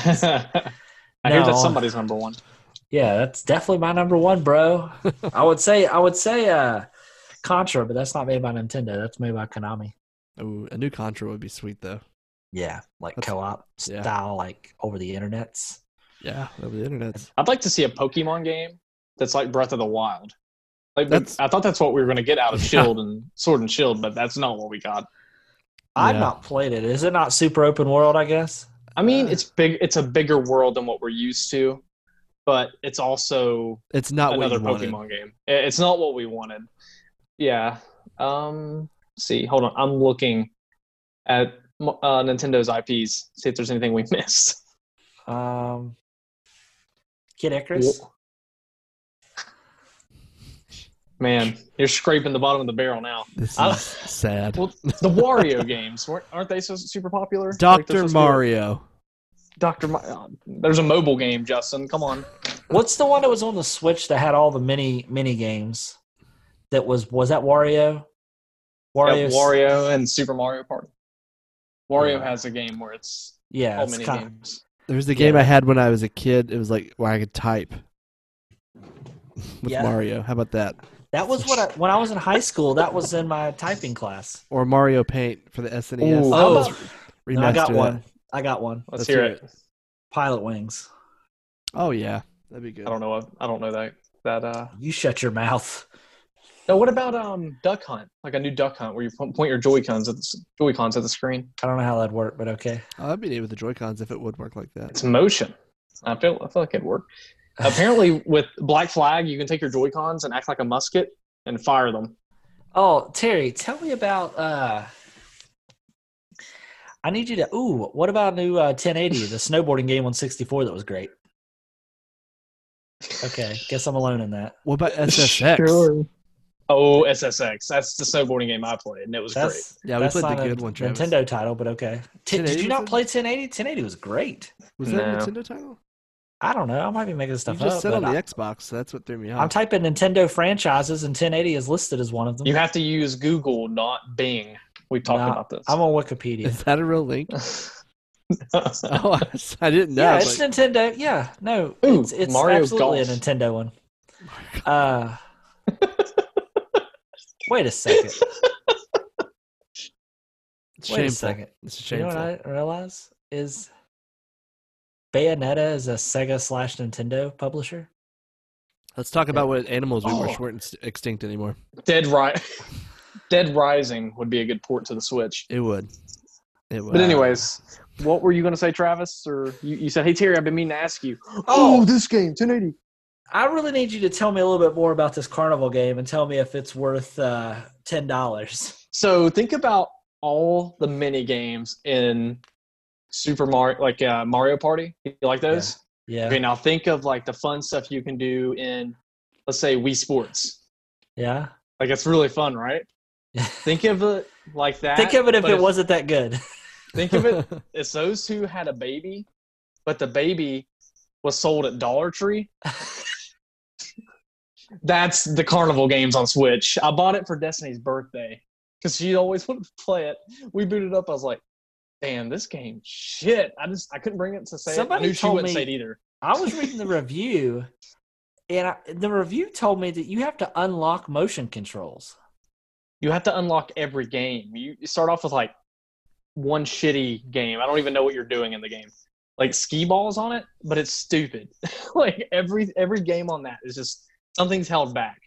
Speaker 3: I hear
Speaker 2: No.
Speaker 3: that somebody's number one.
Speaker 2: Yeah, that's definitely my number one, bro. I would say I would say uh Contra, but that's not made by Nintendo. That's made by Konami.
Speaker 1: Ooh, a new Contra would be sweet though.
Speaker 2: Yeah, like
Speaker 1: That's-
Speaker 2: co-op
Speaker 1: yeah.
Speaker 2: style, like over the internets.
Speaker 1: Yeah, over the internet.
Speaker 3: I'd like to see a Pokemon game that's like Breath of the Wild. Like
Speaker 1: That's-
Speaker 3: I thought that's what we were going to get out of
Speaker 1: Yeah.
Speaker 3: Shield and Sword and Shield, but that's not what we got.
Speaker 2: I've
Speaker 1: Yeah.
Speaker 2: not played it. Is it not super open world? I guess.
Speaker 3: I mean,
Speaker 1: Uh,
Speaker 3: it's big. It's a bigger world than what we're used to, but it's also
Speaker 1: It's not what
Speaker 3: another
Speaker 1: you
Speaker 3: Pokemon
Speaker 1: wanted.
Speaker 3: game. I- It's not what we wanted. Yeah. Um. let's See, hold on. I'm looking at m- uh, Nintendo's IPs. See if there's anything we missed.
Speaker 2: Um, Kid Icarus.
Speaker 3: Wo- Man, you're scraping the bottom of the barrel now.
Speaker 1: This
Speaker 3: I-
Speaker 1: is sad.
Speaker 3: Well, the Wario games weren't, aren't they so super popular? Like, they're
Speaker 1: Doctor
Speaker 3: supposed to be-
Speaker 1: Mario.
Speaker 3: Doctor Mario. There's a mobile game, Justin. Come on.
Speaker 2: What's the one that was on the Switch that had all the mini mini games? That was was that Wario.
Speaker 3: Yeah,
Speaker 2: Wario.
Speaker 3: Wario and Super Mario Party. Wario
Speaker 2: Yeah.
Speaker 3: has a game where it's
Speaker 2: Yeah,
Speaker 3: all
Speaker 2: it's
Speaker 3: mini
Speaker 2: kind
Speaker 3: games.
Speaker 1: There was the game
Speaker 2: Yeah.
Speaker 1: I had when I was a kid. It was like where I could type with
Speaker 2: Yeah.
Speaker 1: Mario. How about that?
Speaker 2: That was what I, when I was in high school. That was in my typing class.
Speaker 1: Or Mario Paint for the E SNES.
Speaker 3: Ooh.
Speaker 1: Let's
Speaker 2: Oh.
Speaker 1: remaster
Speaker 2: No, I got
Speaker 1: that.
Speaker 2: one. I got one.
Speaker 3: Let's,
Speaker 1: Let's
Speaker 3: hear
Speaker 1: hear
Speaker 3: it.
Speaker 2: Pilot wings.
Speaker 1: Oh yeah, that'd be good.
Speaker 3: I don't know. I don't know that that. uh
Speaker 2: You shut your mouth.
Speaker 3: No, what about um Duck Hunt? Like a new Duck Hunt where you po- point your Joy Cons at the s- Joy Cons at the screen.
Speaker 2: I don't know how that'd work, but okay.
Speaker 1: Oh, that'd be neat with the Joy Cons if it would work like that.
Speaker 3: It's motion. I feel I feel like it'd work. Apparently, with Black Flag, you can take your Joy Cons and act like a musket and fire them.
Speaker 2: Oh, Terry, tell me about. uh I need you to. Ooh, what about new uh, 1080, the snowboarding game on 64 that was great? Okay, guess I'm alone in that.
Speaker 1: What about SSX?
Speaker 3: Sure. Oh, SSX. That's the snowboarding game I played, and it was great.
Speaker 2: That's,
Speaker 1: Yeah, we
Speaker 2: that's
Speaker 1: played the
Speaker 2: not a
Speaker 1: good one, Travis.
Speaker 2: Nintendo title, but okay. T- did
Speaker 1: 1080
Speaker 2: you
Speaker 1: was
Speaker 2: not
Speaker 1: in-
Speaker 2: play 1080? 1080 was great.
Speaker 1: Was that a
Speaker 3: No.
Speaker 1: Nintendo title?
Speaker 2: I don't know. I might be making
Speaker 1: You
Speaker 2: stuff
Speaker 1: just
Speaker 2: up.
Speaker 1: said on
Speaker 2: but
Speaker 1: the
Speaker 2: I-
Speaker 1: Xbox. So that's what threw me off.
Speaker 2: I'm typing Nintendo franchises, and 1080 is listed as one of them.
Speaker 3: You have to use Google, not Bing. We've talked
Speaker 2: Nah,
Speaker 3: about this.
Speaker 2: I'm on Wikipedia.
Speaker 1: Is that a real link?
Speaker 3: Ooh,
Speaker 1: Oh, I didn't know.
Speaker 2: yeah,
Speaker 1: I
Speaker 2: it's
Speaker 1: was like,
Speaker 2: Nintendo. Yeah, no, it's, it's
Speaker 3: Mario
Speaker 2: absolutely
Speaker 3: Golf.
Speaker 2: a Nintendo one. Uh, wait a second.
Speaker 1: it's
Speaker 2: Wait a
Speaker 1: shameful.
Speaker 2: second.
Speaker 1: It's
Speaker 2: You know
Speaker 1: shameful.
Speaker 2: what I realize is Bayonetta is a Sega slash Nintendo publisher.
Speaker 1: Let's talk about what animals we wish
Speaker 3: Oh.
Speaker 1: weren't s- extinct anymore.
Speaker 3: Dead Ri- Dead Rising would be a good port to the Switch.
Speaker 1: It would. It would.
Speaker 3: But anyways, what were you gonna say, Travis? Or you, you said, "Hey Terry, I've been meaning to ask you."
Speaker 2: Oh.
Speaker 3: this game, 1080.
Speaker 2: I really need you to tell me a little bit more about this carnival game and tell me if it's worth uh, ten dollars.
Speaker 3: So think about all the mini games in Super Mario, like uh, Mario Party. You like those?
Speaker 2: Yeah,
Speaker 3: Okay, now think of like the fun stuff you can do in, let's say, Wii Sports.
Speaker 2: yeah.
Speaker 3: Like it's really fun, right? Think of it like that.
Speaker 2: Think of it if
Speaker 3: but
Speaker 2: it wasn't that good.
Speaker 3: Think of it. It's those who had a baby, but the baby was sold at Dollar Tree. That's the carnival games on Switch. I bought it for Destiny's birthday because she always wanted to play it. We booted up. I was like, "Damn, this game, shit!" I just I couldn't bring it to say.
Speaker 2: Somebody
Speaker 3: it. I knew she
Speaker 2: told
Speaker 3: wouldn't
Speaker 2: me-
Speaker 3: say it either.
Speaker 2: I was reading the review, and I, the review told me that you have to unlock motion controls.
Speaker 3: You have to unlock every game. You you start off with like one shitty game. I don't even know what you're doing in the game. Like skee balls on it, but it's stupid. like every every game on that is just something's held back.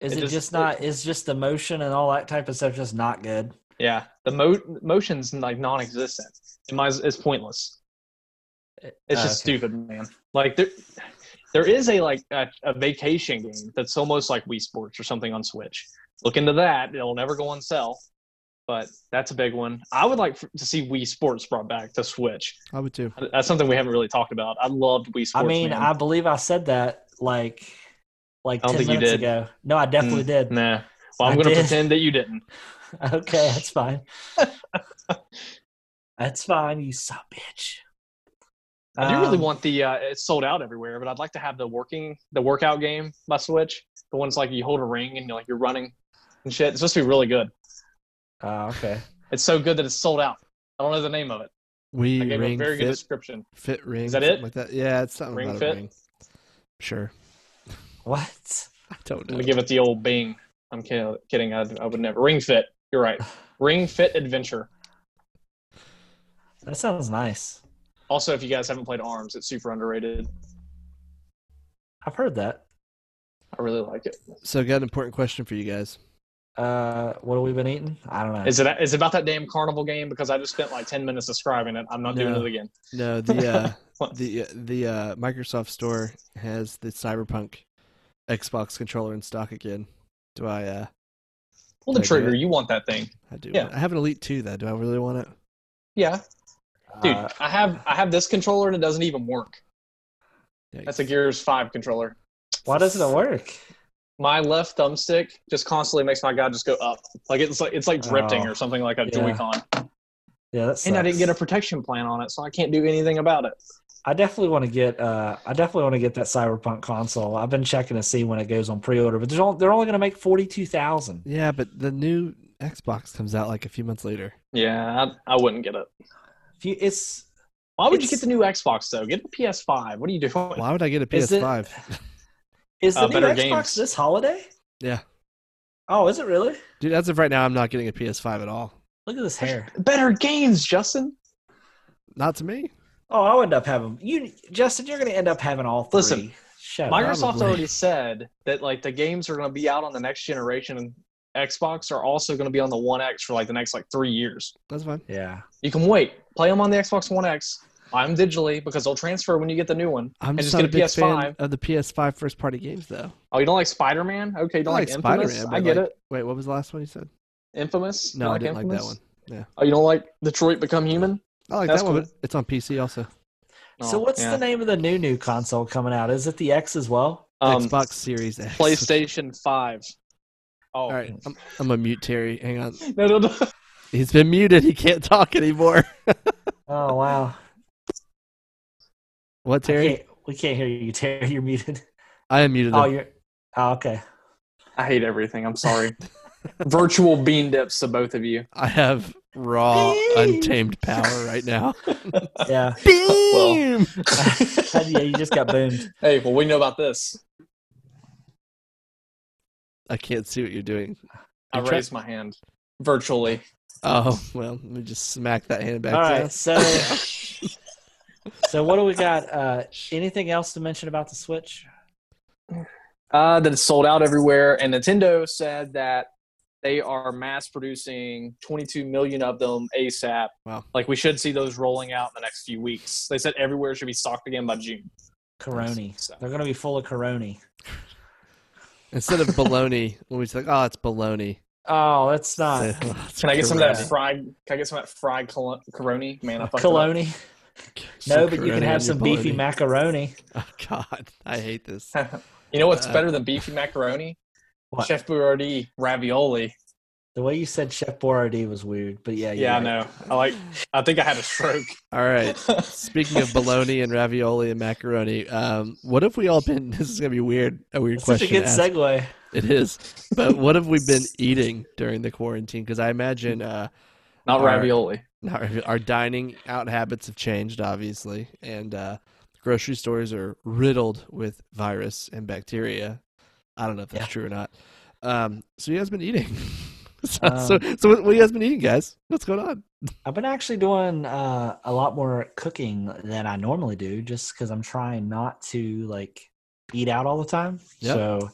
Speaker 2: Is
Speaker 3: It
Speaker 2: it,
Speaker 3: just-
Speaker 2: just not? Is just the motion and all that type of stuff just not good?
Speaker 3: Yeah, the mo- motion's like non-existent. It might, as- it's pointless. It's just
Speaker 2: Eh, Okay.
Speaker 3: stupid, man. Like there, there is a like a, a vacation game that's almost like Wii Sports or something on Switch. Look into that; it'll never go on sale. But that's a big one. I would like for, to see Wii Sports brought back to Switch.
Speaker 1: I would too.
Speaker 3: That's something we haven't really talked about. I loved Wii Sports.
Speaker 2: I mean,
Speaker 3: man.
Speaker 2: I believe I said that like like
Speaker 3: I don't
Speaker 2: ten
Speaker 3: think you
Speaker 2: minutes
Speaker 3: did.
Speaker 2: ago. No, I definitely did.
Speaker 3: nah. Well, I'm
Speaker 2: I
Speaker 3: going to
Speaker 2: did.
Speaker 3: pretend that you didn't.
Speaker 2: Okay, that's fine. that's fine. You son of a bitch.
Speaker 3: I do really
Speaker 2: Um,
Speaker 3: want the. Uh, it's sold out everywhere, but I'd like to have the working the workout game by Switch. The ones like you hold a ring and you're like you're running and shit. It's supposed to be really good.
Speaker 2: Oh, okay.
Speaker 3: It's so good that it's sold out. I don't know the name of it.
Speaker 1: We
Speaker 3: I gave it a
Speaker 1: ring
Speaker 3: very good
Speaker 1: fit,
Speaker 3: description.
Speaker 1: fit ring.
Speaker 3: Is that
Speaker 1: something
Speaker 3: it?
Speaker 1: Like that. Yeah, it's something
Speaker 3: Ring
Speaker 1: about a
Speaker 3: fit?
Speaker 1: ring. Sure.
Speaker 2: What?
Speaker 1: I don't
Speaker 3: I'm
Speaker 1: know.
Speaker 3: gonna give it the old Bing. I'm kid- kidding. I, I would never Ring Fit. You're right. Ring Fit Adventure.
Speaker 2: That sounds nice.
Speaker 3: Also, if you guys haven't played Arms, it's super underrated.
Speaker 2: I've heard that.
Speaker 3: I really like it.
Speaker 1: so, I've got an important question for you guys.
Speaker 2: Uh, what have we been eating? I don't know.
Speaker 3: Is it is it about that damn carnival game? Because I just spent like ten minutes describing it. I'm not doing
Speaker 1: No.
Speaker 3: it again.
Speaker 1: No, the uh,
Speaker 3: What?
Speaker 1: the uh, the uh, Microsoft Store has the Cyberpunk Xbox controller in stock again. Do I? Uh,
Speaker 3: Pull the
Speaker 1: Okay.
Speaker 3: trigger. You want that thing?
Speaker 1: I do.
Speaker 3: Yeah.
Speaker 1: want- I have an Elite Two though. Do I really want it?
Speaker 3: Yeah. Dude,
Speaker 2: Uh,
Speaker 3: I have I have this controller and it doesn't even work. That's a
Speaker 1: Yikes.
Speaker 3: Gears Five controller.
Speaker 2: why doesn't it work?
Speaker 3: My left thumbstick just constantly makes my guy just go up, like it's like it's like drifting
Speaker 2: Oh,
Speaker 3: or something like a
Speaker 2: yeah.
Speaker 3: Joy-Con.
Speaker 2: Yeah, that's.
Speaker 3: And I didn't get a protection plan on it, so I can't do anything about it.
Speaker 2: I definitely want to get. Uh, I definitely want to get that Cyberpunk console. I've been checking to see when it goes on pre-order, but there's only, they're only going to make forty-two thousand.
Speaker 1: Yeah, but the new Xbox comes out like a few months later.
Speaker 3: Yeah, I, I wouldn't get it.
Speaker 2: If you, it's
Speaker 3: Why would you
Speaker 2: It's-
Speaker 3: get the new Xbox though? Get the PS5. What are you doing?
Speaker 1: Why would I get a
Speaker 2: Is it-
Speaker 1: PS5?
Speaker 2: is the
Speaker 3: Uh,
Speaker 2: new
Speaker 3: better
Speaker 2: Xbox
Speaker 3: games.
Speaker 2: this holiday?
Speaker 1: Yeah.
Speaker 2: Oh, is it really?
Speaker 1: Dude, as of right now, I'm not getting a PS5 at all.
Speaker 2: Look at this hair.
Speaker 3: Better games, Justin.
Speaker 1: Not to me.
Speaker 2: Oh, I'll end up having you, Justin. You're going to end up having all three.
Speaker 3: Listen,
Speaker 2: Shut up.
Speaker 3: Microsoft
Speaker 1: Probably.
Speaker 3: already said that like the games are going to be out on the next generation, and Xbox are also going to be on the One X for like the next like three years.
Speaker 1: That's fine.
Speaker 2: Yeah.
Speaker 3: You can wait. Play them on the Xbox One X. Buy them digitally because they'll transfer when you get the new one.
Speaker 1: I'm
Speaker 3: And
Speaker 1: just
Speaker 3: just
Speaker 1: not a
Speaker 3: get a
Speaker 1: big fan
Speaker 3: PS5.
Speaker 1: of the PS5 first party games, though.
Speaker 3: Oh, you don't like Spider Man? Okay, you don't
Speaker 1: I
Speaker 3: like, Infamous?
Speaker 1: Spider-Man,
Speaker 3: I
Speaker 1: but,
Speaker 3: get
Speaker 1: like-
Speaker 3: it.
Speaker 1: Wait, what was the last one you said?
Speaker 3: Infamous? You
Speaker 1: No, I
Speaker 3: like
Speaker 1: didn't like that
Speaker 3: Infamous?
Speaker 1: one.
Speaker 3: Oh, you don't like Detroit Become Human?
Speaker 1: I like
Speaker 3: That's
Speaker 1: that one,
Speaker 3: cool.
Speaker 1: but it's on PC also.
Speaker 3: Oh,
Speaker 2: so what's the name of the new new console coming out? Is it the X as well?
Speaker 3: um,
Speaker 1: Xbox Series X.
Speaker 3: PlayStation Five? Oh,
Speaker 1: All right, I'm, I'm gonna mute Terry. Hang on.
Speaker 3: no, no, no.
Speaker 1: He's been muted. He can't talk anymore.
Speaker 2: Oh wow.
Speaker 1: What,
Speaker 2: I
Speaker 1: Terry?
Speaker 2: can't- we can't hear you, Terry. You're muted.
Speaker 1: I am muted.
Speaker 2: Oh,
Speaker 1: Oh,
Speaker 2: you're. Oh, okay.
Speaker 3: I hate everything. I'm sorry. Virtual bean dips to both of you.
Speaker 1: I have raw, untamed power right now.
Speaker 2: Yeah.
Speaker 1: Beam!
Speaker 2: yeah, you just got boomed.
Speaker 3: Hey, well, we know about this.
Speaker 1: I can't see what you're doing.
Speaker 3: I
Speaker 1: You try-
Speaker 3: raised my hand virtually.
Speaker 1: Oh well, let me just smack that hand back.
Speaker 2: All
Speaker 1: down.
Speaker 2: right. So, so what do we got? Uh, anything else to mention about the Switch?
Speaker 3: uh, that it's sold out everywhere. And Nintendo said that they are mass producing 22 million of them ASAP.
Speaker 1: Wow.
Speaker 3: Like we should see those rolling out in the next few weeks. They said everywhere should be stocked again by June.
Speaker 2: Coroni.
Speaker 3: So-
Speaker 2: They're going to be full of Coroni.
Speaker 1: Instead of baloney, when we say, oh, it's baloney.
Speaker 2: Oh, that's
Speaker 1: say,
Speaker 2: not.
Speaker 1: "Oh, it's
Speaker 3: Can I get some of that
Speaker 1: corona."
Speaker 3: fried? Can I get some of that fried col- Coroni? Man, I fucked it up.
Speaker 2: Coloni.
Speaker 1: Some
Speaker 2: No, but
Speaker 1: corona
Speaker 2: you can
Speaker 1: in your
Speaker 2: have some beefy
Speaker 1: baloney.
Speaker 2: macaroni.
Speaker 1: Oh, God, I hate this.
Speaker 3: You know what's
Speaker 1: Uh,
Speaker 3: better than beefy macaroni?
Speaker 2: What?
Speaker 3: Chef Boyardee ravioli.
Speaker 2: The way you said Chef Boyardee was weird, but yeah, you're
Speaker 3: Yeah, I
Speaker 2: right.
Speaker 3: know. I like. I think I had a stroke.
Speaker 1: All right. Speaking of bologna and ravioli and macaroni, um, what have we all been? This is gonna be weird. A weird
Speaker 2: It's such a
Speaker 1: question.
Speaker 2: good
Speaker 1: to ask.
Speaker 2: segue.
Speaker 1: It is. But what have we been eating during the quarantine? Because I imagine uh,
Speaker 3: Not
Speaker 1: All right.
Speaker 3: ravioli.
Speaker 1: our, our dining out habits have changed, obviously, and uh, grocery stores are riddled with virus and bacteria. I don't know if that's
Speaker 2: Yeah.
Speaker 1: true or not. Um, so you guys been eating? so, so, so what, what you guys been eating, guys? What's going on?
Speaker 2: I've been actually doing uh, a lot more cooking than I normally do, just because I'm trying not to like eat out all the time.
Speaker 1: Yeah.
Speaker 2: So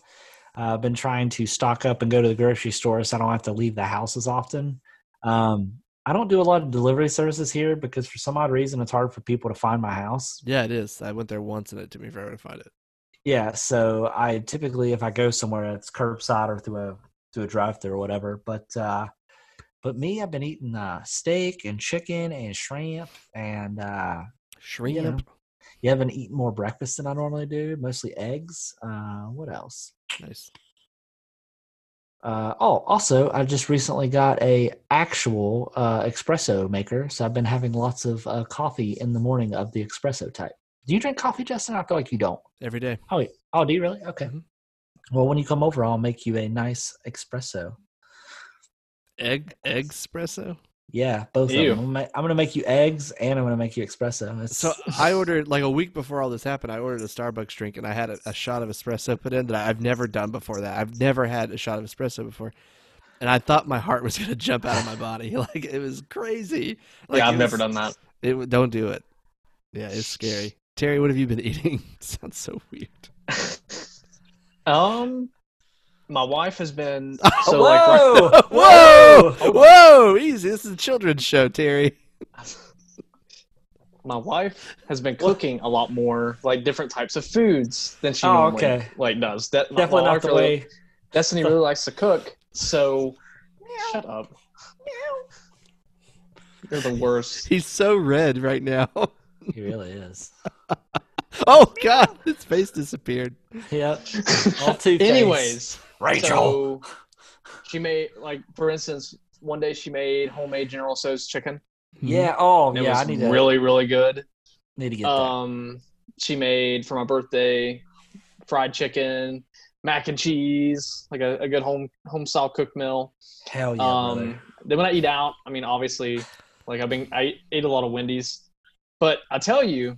Speaker 2: uh, I've been trying to stock up and go to the grocery store, so I don't have to leave the house as often. Um, I don't do a lot of delivery services here because for some odd reason it's hard for people to find my house.
Speaker 1: Yeah, it is. I went there once and it took me forever to find it.
Speaker 2: Yeah, so I typically if I go somewhere it's curbside or through a through a drive through or whatever. But uh but me I've been eating uh steak and chicken and shrimp and uh
Speaker 1: Shrimp.
Speaker 2: Yeah. yeah, I've been eating more breakfast than I normally do, mostly eggs. Uh what else?
Speaker 1: Nice.
Speaker 2: Uh oh, also I just recently got a actual uh espresso maker, so I've been having lots of uh, coffee in the morning of the espresso type. Do you drink coffee, Justin? I feel like you don't.
Speaker 1: Every day.
Speaker 2: Oh, do you really? Okay.
Speaker 1: Mhm.
Speaker 2: Well, when you come over, I'll make you a nice espresso.
Speaker 1: Egg espresso.
Speaker 2: Yeah, both
Speaker 3: Ew.
Speaker 2: of them. I'm gonna ma- I'm gonna make you eggs, and I'm gonna make you espresso. It's,
Speaker 1: So I ordered like a week before all this happened. I ordered a Starbucks drink and I had a, a shot of espresso put in that I've never done before. That I've never had a shot of espresso before, and I thought my heart was gonna jump out of my body. Like it was crazy. Like,
Speaker 3: yeah,
Speaker 1: it
Speaker 3: I've never
Speaker 1: was-
Speaker 3: done that.
Speaker 1: It wa- don't do it. Yeah, it's scary. Terry, what have you been eating? Sounds so weird.
Speaker 3: Um, my wife has been
Speaker 2: so
Speaker 3: so like. right-
Speaker 2: whoa,
Speaker 1: Whoa, whoa, easy. This is a children's show, Terry.
Speaker 3: my wife has been cooking a lot more like different types of foods than she
Speaker 2: Oh,
Speaker 3: normally
Speaker 2: okay.
Speaker 3: like does. That my-
Speaker 2: definitely
Speaker 3: my
Speaker 2: not
Speaker 3: wife
Speaker 2: the
Speaker 3: really-
Speaker 2: way.
Speaker 3: Destiny really likes to cook, so shut up. You're the worst.
Speaker 1: He's so red right now.
Speaker 2: He really is.
Speaker 1: Oh God, his face disappeared.
Speaker 2: Yep. All two.
Speaker 3: Anyways,
Speaker 2: Rachel.
Speaker 3: so she made like for instance, one day she made homemade General So's chicken.
Speaker 2: yeah. Oh,
Speaker 3: and Mm-hmm. It
Speaker 2: yeah. I
Speaker 3: was
Speaker 2: need to
Speaker 3: really, really good.
Speaker 2: need to get that.
Speaker 3: Um, she made for my birthday fried chicken, mac and cheese, like a, a good home home style cook meal.
Speaker 2: Hell yeah,
Speaker 3: um,
Speaker 2: brother.
Speaker 3: then when I eat out, I mean, obviously, like I've been, I ate a lot of Wendy's, but I tell you,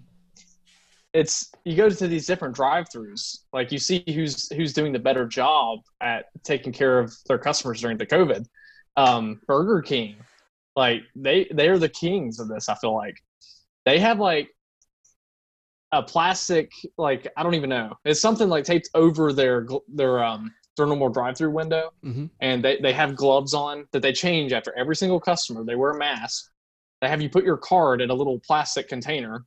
Speaker 3: it's you go to these different drive-throughs, like you see who's who's doing the better job at taking care of their customers during the COVID. Um, Burger King, like they they are the kings of this. I feel like they have like a plastic like I don't even know. It's something like taped over their gl- their um their normal drive-through window
Speaker 1: Mm-hmm.
Speaker 3: and they, they have gloves on that they change after every single customer. They wear a mask. They have you put your card in a little plastic container.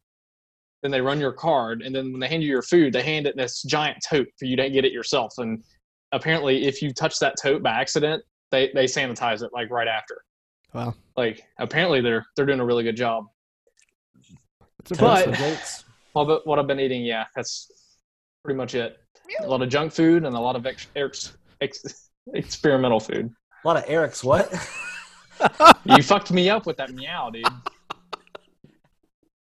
Speaker 3: Then they run your card, and then when they hand you your food, they hand it in this giant tote for you to get it yourself. And apparently, if you touch that tote by accident, they, they sanitize it like right after.
Speaker 1: Wow,
Speaker 3: Like apparently, they're they're doing a really good job.
Speaker 1: it's
Speaker 3: but-
Speaker 1: impressive.
Speaker 3: Well, but what I've been eating, yeah, that's pretty much it. A lot of junk food and a lot of ex- ex- ex- experimental food.
Speaker 2: a lot of Eric's. What?
Speaker 3: You fucked me up with that meow, dude.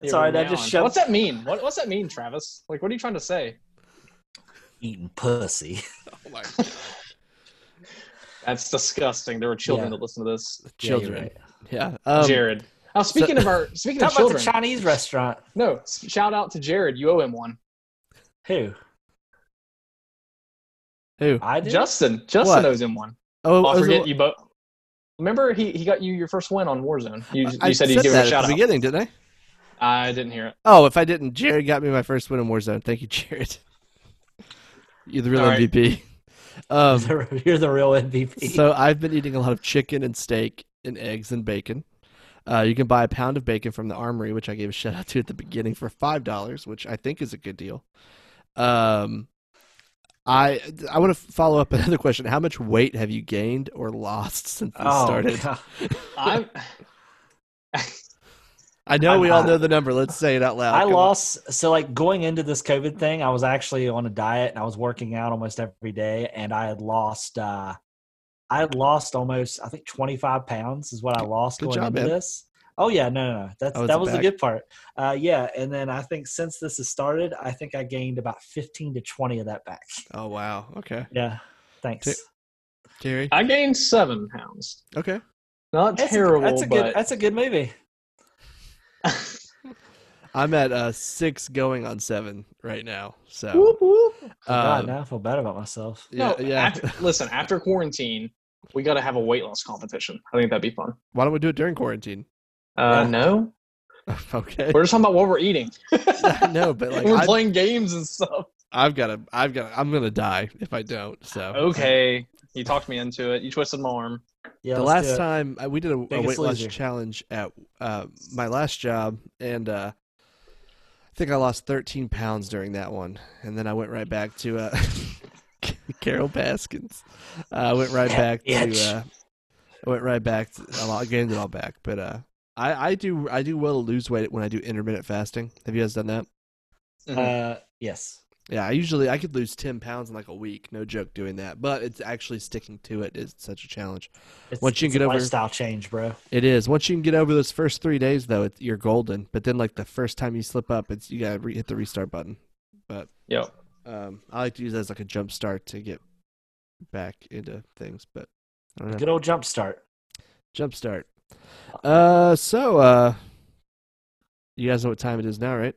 Speaker 3: You
Speaker 2: Sorry,
Speaker 3: were
Speaker 2: that just
Speaker 3: meowing.
Speaker 2: shoved-
Speaker 3: What's that mean? What, what's that mean, Travis? Like, what are you trying to say?
Speaker 2: Eating pussy.
Speaker 1: oh my God.
Speaker 3: That's disgusting. There are children
Speaker 2: Yeah.
Speaker 3: that listen to this.
Speaker 2: Yeah, you're
Speaker 1: children.
Speaker 2: right.
Speaker 1: Yeah. Um,
Speaker 3: Jared. Oh, speaking of our speaking of
Speaker 2: Talk about the
Speaker 3: children.
Speaker 2: Chinese restaurant.
Speaker 3: no, s- shout out to Jared. You owe him one.
Speaker 2: Who?
Speaker 1: Who?
Speaker 2: I did.
Speaker 3: Justin. Justin
Speaker 1: What?
Speaker 3: owes him one.
Speaker 1: Oh,
Speaker 3: Oh, I
Speaker 1: is
Speaker 3: forget
Speaker 1: it-
Speaker 3: you both. Remember, he, he got you your first win on Warzone. You,
Speaker 1: I
Speaker 3: you said he'd
Speaker 1: said
Speaker 3: give him
Speaker 1: that
Speaker 3: a
Speaker 1: at
Speaker 3: shout
Speaker 1: the
Speaker 3: out.
Speaker 1: beginning, didn't I?
Speaker 3: I didn't hear it.
Speaker 1: Oh, if I didn't, Jared got me my first win in Warzone. Thank you, Jared. You're the real
Speaker 3: All right.
Speaker 1: MVP. Um,
Speaker 2: You're the real MVP.
Speaker 1: so I've been eating a lot of chicken and steak and eggs and bacon. Uh, you can buy a pound of bacon from the armory, which I gave a shout out to at the beginning for five dollars, which I think is a good deal. Um, I I want to follow up another question. How much weight have you gained or lost since this
Speaker 2: oh,
Speaker 1: started?
Speaker 2: God.
Speaker 3: I'm
Speaker 1: I know
Speaker 2: I'm
Speaker 1: we all
Speaker 2: not-
Speaker 1: know the number. Let's say it out loud.
Speaker 2: I
Speaker 1: Come on.
Speaker 2: lost. So, like going into this COVID thing, I was actually on a diet and I was working out almost every day, and I had lost. uh I had lost almost, I think, 25 pounds is what I lost
Speaker 1: Good
Speaker 2: going
Speaker 1: job,
Speaker 2: into
Speaker 1: man.
Speaker 2: this. Oh yeah, no, no, no. That's
Speaker 1: Oh, it's
Speaker 2: that
Speaker 1: a
Speaker 2: was the
Speaker 1: bag.
Speaker 2: good part. Uh, yeah, and then I think since this has started, I think I gained about 15 to 20 of that back.
Speaker 1: Oh wow. Okay,
Speaker 2: Yeah, thanks.
Speaker 1: Ti- Terry.
Speaker 3: I gained seven pounds.
Speaker 1: Okay.
Speaker 3: Not
Speaker 2: That's a-
Speaker 3: terrible,
Speaker 2: that's a good.
Speaker 3: but
Speaker 2: That's a good movie.
Speaker 1: I'm at uh, six going on seven right now. So
Speaker 3: whoop, whoop.
Speaker 1: um,
Speaker 2: God, now I feel bad about myself.
Speaker 1: yeah,
Speaker 3: Oh, no,
Speaker 1: yeah.
Speaker 3: After, listen, after quarantine, we got to have a weight loss competition. I think that'd be fun.
Speaker 1: Why don't we do it during quarantine?
Speaker 3: Uh,
Speaker 2: Yeah.
Speaker 3: No,
Speaker 1: okay.
Speaker 3: we're just talking about what we're eating.
Speaker 1: no, but like
Speaker 3: we're
Speaker 1: I've,
Speaker 3: playing games and stuff.
Speaker 1: I've got to, I've got, to, I'm gonna die if I don't. So
Speaker 3: Okay, you talked me into it. You twisted my arm.
Speaker 2: Yeah,
Speaker 1: The
Speaker 2: let's do
Speaker 1: last
Speaker 2: it.
Speaker 1: time uh, we did a, a
Speaker 2: Biggest
Speaker 1: weight loss
Speaker 2: Loser.
Speaker 1: challenge at uh, my last job, and uh, I think I lost 13 pounds during that one, and then I went right back to uh, Carol Baskins. Uh, I went right back
Speaker 2: Itch.
Speaker 1: to, uh, I went right back. To, I lo- I gained it all back, but uh, I, I do, I do well to lose weight when I do intermittent fasting. Have you guys done that?
Speaker 2: Uh, yes.
Speaker 1: Yeah, I usually I could lose ten pounds in like a week, no joke, doing that. But it's actually sticking to it is such a challenge.
Speaker 2: It's,
Speaker 1: Once you
Speaker 2: it's
Speaker 1: get
Speaker 2: a
Speaker 1: over-
Speaker 2: lifestyle change, bro.
Speaker 1: It is. Once you can get over those first three days, though, it, you're golden. But then, like the first time you slip up, it's you gotta re- hit the restart button. But
Speaker 3: Yep.
Speaker 1: um, I like to use that as like a jump start to get back into things. But I don't know.
Speaker 2: Good old jump start.
Speaker 1: jump start. Uh, so uh, you guys know what time it is now, right?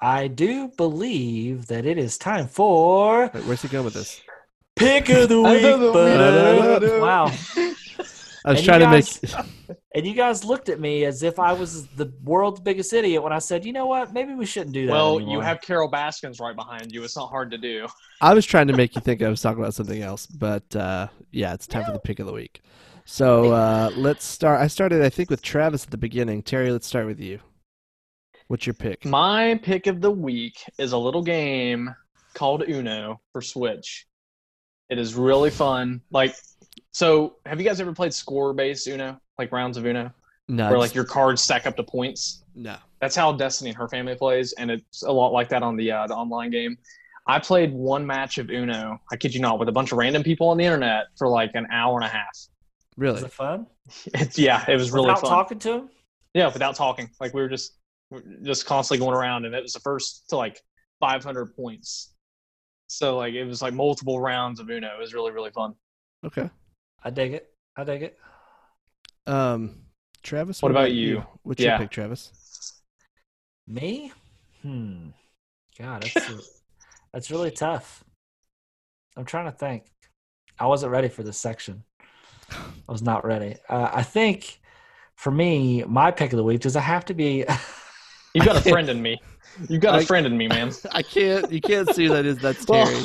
Speaker 2: I do believe that it is time for
Speaker 1: Wait, where's he going with this?
Speaker 2: pick of the
Speaker 3: Pick of the
Speaker 2: week. bud.
Speaker 3: week, bud.
Speaker 1: I
Speaker 2: wow!
Speaker 1: was
Speaker 2: And you
Speaker 1: trying
Speaker 2: guys-
Speaker 1: to make.
Speaker 2: And you guys looked at me as if I was the world's biggest idiot when I said, "You know what? Maybe we shouldn't do that."
Speaker 3: Well, you
Speaker 2: anymore."
Speaker 3: have Carol Baskins right behind you. It's not hard to do.
Speaker 1: I was trying to make you think I was talking about something else, but uh, yeah, it's time for the pick of the week. So uh, let's start. I started, I think, with Travis at the beginning. Terry, let's start with you. What's your pick?
Speaker 3: My pick of the week is a little game called Uno for Switch. It is really fun. Like, so have you guys ever played score based Uno? Like rounds of Uno?
Speaker 1: No,
Speaker 3: Where
Speaker 1: it's-
Speaker 3: like your cards stack up to points?
Speaker 1: no.
Speaker 3: That's how Destiny and her family plays, and it's a lot like that on the uh, the online game. I played one match of Uno, I kid you not, with a bunch of random people on the internet for like an hour and a half.
Speaker 2: Was
Speaker 1: Really?
Speaker 2: it fun?
Speaker 3: It's, yeah, it was really
Speaker 2: Without
Speaker 3: fun.
Speaker 2: talking to him.
Speaker 3: Yeah, without talking. Like we were just we were just constantly going around, and it was the first to like 500 points. So like it was like multiple rounds of Uno. It was really really fun.
Speaker 1: Okay.
Speaker 2: I dig it. I dig it.
Speaker 1: Um, Travis.
Speaker 3: What about you?
Speaker 1: What's
Speaker 3: Yeah.
Speaker 1: your pick, Travis?
Speaker 2: Me? Hmm. God, that's that's really tough. I'm trying to think. I wasn't ready for this section. I was not ready. Uh, I think for me, my pick of the week does I have to be.
Speaker 3: You got a friend in me. You got a
Speaker 1: Like-
Speaker 3: friend in me, man.
Speaker 1: I can't. You can't see who that is. That's
Speaker 3: Well-
Speaker 1: Terry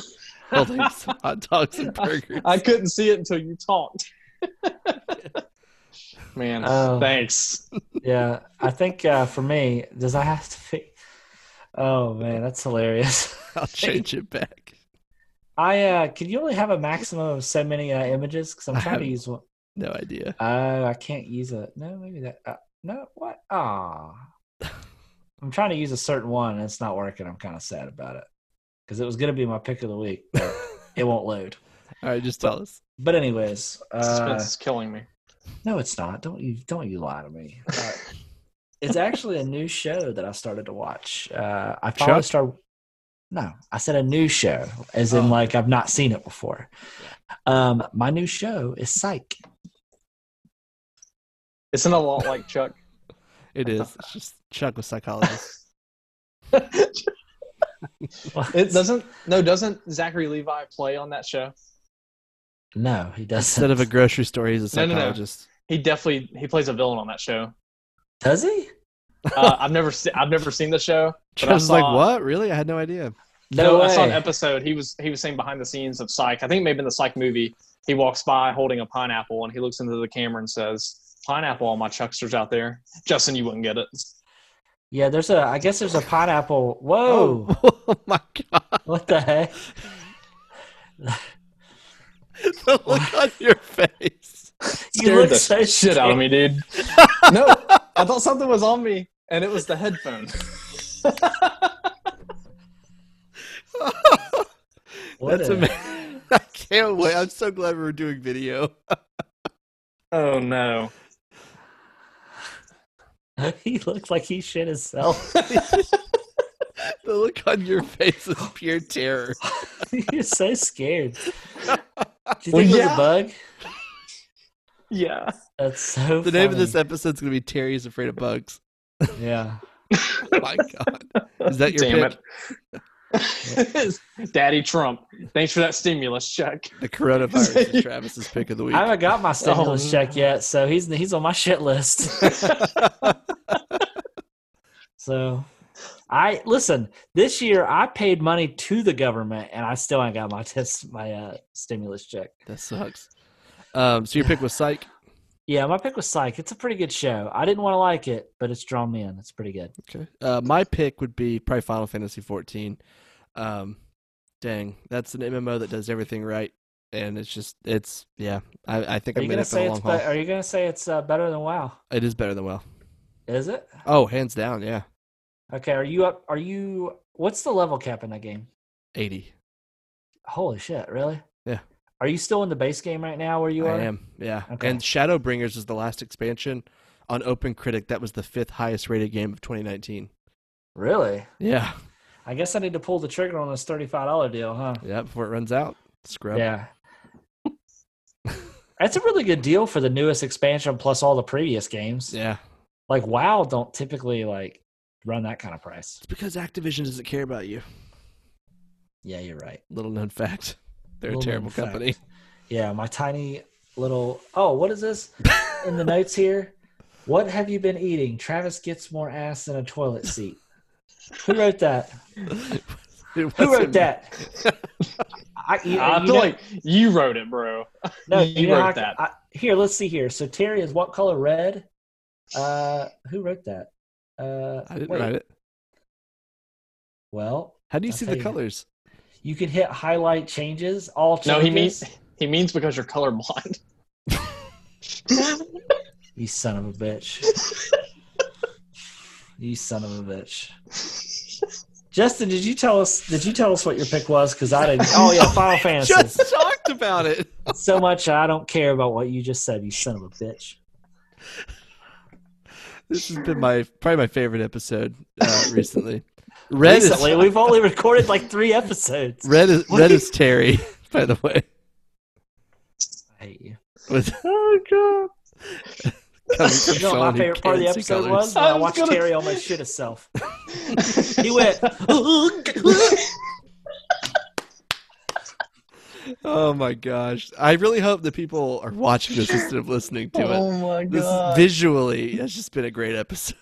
Speaker 1: holding some hot dogs and burgers.
Speaker 3: I couldn't see it until you talked. man,
Speaker 2: Oh.
Speaker 3: thanks.
Speaker 2: yeah, I think uh, for me, does I have to be? Oh man, that's hilarious.
Speaker 1: I'll change it back.
Speaker 2: I uh, can you only have a maximum of so many uh, images? Because I'm
Speaker 1: I
Speaker 2: trying to
Speaker 1: have-
Speaker 2: use one.
Speaker 1: No idea.
Speaker 2: Oh, I can't use it. No, maybe that. Uh, no, what? Ah, I'm trying to use a certain one and it's not working. I'm kind of sad about it because it was going to be my pick of the week, but it won't load.
Speaker 1: All right, just tell us.
Speaker 2: But anyways, uh,
Speaker 3: Suspense is killing me.
Speaker 2: no, it's not. Don't you don't you lie to me. Uh, it's actually a new show that I started to watch. Uh, I finally
Speaker 1: Chuck?
Speaker 2: started. No, I said a new show, as
Speaker 1: Oh.
Speaker 2: in like I've not seen it before. Um, my new show is Psych.
Speaker 3: Isn't it a lot like Chuck?
Speaker 1: It is. It's just Chuck with psychologist.
Speaker 3: it doesn't. No, doesn't Zachary Levi play on that show?
Speaker 2: No, he doesn't.
Speaker 1: Instead of a grocery store, he's a
Speaker 3: No, no, no.
Speaker 1: psychologist.
Speaker 3: He definitely he plays a villain on that show.
Speaker 2: Does he?
Speaker 3: Uh, I've never se- I've never seen the show. But I
Speaker 1: Travis is like,
Speaker 3: saw-
Speaker 1: what? Really? I had no idea.
Speaker 3: No, I saw an
Speaker 2: way.
Speaker 3: episode. He was he was saying behind the scenes of Psych. I think maybe in the Psych movie, he walks by holding a pineapple and he looks into the camera and says, "Pineapple, all my chucksters out there." Justin, you wouldn't get it.
Speaker 2: Yeah, there's a. I guess there's a pineapple. Whoa!
Speaker 1: oh my god!
Speaker 2: What the heck?
Speaker 1: The look on your face.
Speaker 2: You
Speaker 3: Scared
Speaker 2: look
Speaker 3: the
Speaker 2: so
Speaker 3: Shit out of me, dude. no, I thought something was on me, and it was the headphone.
Speaker 2: What
Speaker 1: That's
Speaker 2: a-
Speaker 1: amazing. I can't wait. I'm so glad we were doing video.
Speaker 3: Oh no.
Speaker 2: he looked like he shit himself.
Speaker 1: The look on your face is pure terror.
Speaker 2: You're so scared. Do you think
Speaker 3: Well,
Speaker 2: it was
Speaker 3: yeah.
Speaker 2: a bug?
Speaker 3: Yeah.
Speaker 2: That's so.
Speaker 1: The name of this episode's gonna be Terry is afraid of bugs.
Speaker 2: Yeah.
Speaker 1: Oh my god! Is that your
Speaker 3: Damn
Speaker 1: pick?
Speaker 3: it. Daddy Trump. Thanks for that stimulus check.
Speaker 1: The coronavirus is Travis's pick of the week.
Speaker 2: I haven't got my stimulus
Speaker 3: no.
Speaker 2: check yet, so he's he's on my shit list. So, I listen. This year, I paid money to the government, and I still ain't got my test, my uh, stimulus check.
Speaker 1: That sucks. Um, so your pick was Psych.
Speaker 2: Yeah, my pick was Psych. It's a pretty good show. I didn't want to like it, but it's drawn me in. It's pretty good.
Speaker 1: Okay. Uh, my pick would be probably Final Fantasy 14. Um, dang, that's an MMO that does everything right, and it's just it's yeah. I, I think
Speaker 2: Are
Speaker 1: I'm in
Speaker 2: you gonna
Speaker 1: it for the
Speaker 2: say
Speaker 1: long
Speaker 2: it's?
Speaker 1: haul.
Speaker 2: Be- are you gonna say it's uh, better than WoW?
Speaker 1: It is better than well.
Speaker 2: Is it?
Speaker 1: Oh, hands down, yeah,
Speaker 2: Okay. Are you up? Are you? What's the level cap in that game?
Speaker 1: 80.
Speaker 2: Holy shit! Really?
Speaker 1: Yeah.
Speaker 2: Are you still in the base game right now? Where you are?
Speaker 1: I am, yeah.
Speaker 2: Okay.
Speaker 1: And Shadowbringers is the last expansion on Open Critic. That was the fifth highest rated game of 2019.
Speaker 2: Really?
Speaker 1: Yeah,
Speaker 2: I guess I need to pull the trigger on this thirty-five dollar deal, huh?
Speaker 1: yeah. Before it runs out, scrub.
Speaker 2: Yeah. That's a really good deal for the newest expansion plus all the previous games.
Speaker 1: yeah.
Speaker 2: Like WoW don't typically like run that kind of price.
Speaker 1: It's because Activision doesn't care about you.
Speaker 2: Yeah, you're right.
Speaker 1: Little known fact. They're
Speaker 2: Little
Speaker 1: a terrible
Speaker 2: known fact.
Speaker 1: company.
Speaker 2: Yeah, my tiny little Oh, what is this in the notes here? What have you been eating? Travis gets more ass than a toilet seat. Who wrote that?
Speaker 1: It
Speaker 2: Who
Speaker 1: wasn't
Speaker 2: wrote that? I, you-
Speaker 3: I
Speaker 2: you
Speaker 3: feel
Speaker 2: know-
Speaker 3: like you wrote it, bro.
Speaker 2: No,
Speaker 3: You
Speaker 2: you, know
Speaker 3: wrote
Speaker 2: how I-
Speaker 3: that.
Speaker 2: I- here, let's see here. So Terry is what color red? Uh, who wrote that? Uh,
Speaker 1: I didn't
Speaker 2: wait.
Speaker 1: write it.
Speaker 2: Well,
Speaker 1: How do you
Speaker 2: I'll
Speaker 1: see
Speaker 2: tell
Speaker 1: the
Speaker 2: you.
Speaker 1: colors?
Speaker 2: you can hit highlight changes, all changes.
Speaker 3: No, he means he means because you're colorblind.
Speaker 2: You son of a bitch. you son of a bitch. Justin, did you tell us? Did you tell us what your pick was? Because I didn't. Oh yeah, Final Fantasy.
Speaker 1: Just talked about it.
Speaker 2: So much I don't care about what you just said. You son of a bitch.
Speaker 1: This has been my probably my favorite episode uh, recently. Red
Speaker 2: Recently,
Speaker 1: is
Speaker 2: we've only recorded like three episodes.
Speaker 1: red is red is Terry. By the way,
Speaker 2: I hate you.
Speaker 1: with
Speaker 3: oh god.
Speaker 1: coming from
Speaker 2: You know what
Speaker 1: someone
Speaker 2: my
Speaker 1: who
Speaker 2: favorite part of the
Speaker 1: can't see
Speaker 2: episode
Speaker 1: colors.
Speaker 2: was when
Speaker 3: I
Speaker 2: I
Speaker 3: was
Speaker 2: watched
Speaker 3: gonna-
Speaker 2: Terry almost shit himself. He went.
Speaker 1: Oh my gosh! I really hope that people are watching this instead of listening to it.
Speaker 3: Oh my
Speaker 1: This
Speaker 3: god.
Speaker 1: visually has just been a great episode.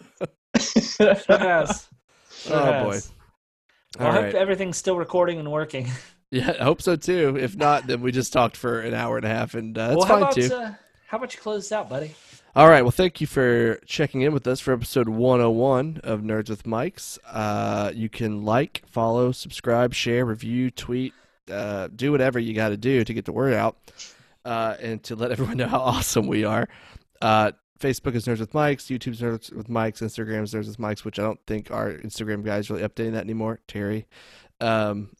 Speaker 2: Sure has. Sure
Speaker 1: Oh,
Speaker 2: has.
Speaker 1: boy.
Speaker 2: Well, I
Speaker 1: All
Speaker 2: hope
Speaker 1: right.
Speaker 2: everything's still recording and working.
Speaker 1: Yeah, I hope so too. If not, then we just talked for an hour and a half, and uh, that's
Speaker 2: well, how
Speaker 1: fine
Speaker 2: about
Speaker 1: too.
Speaker 2: Uh, how about you close this out, buddy?
Speaker 1: All right. Well, thank you for checking in with us for episode 101 of Nerds with Mics. Uh, you can like, follow, subscribe, share, review, tweet, uh, do whatever you got to do to get the word out uh, and to let everyone know how awesome we are. Uh, Facebook is Nerds with Mics, YouTube's Nerds with Mics, Instagram's Nerds with Mics, which I don't think our Instagram guys really updating that anymore. Terry. Um,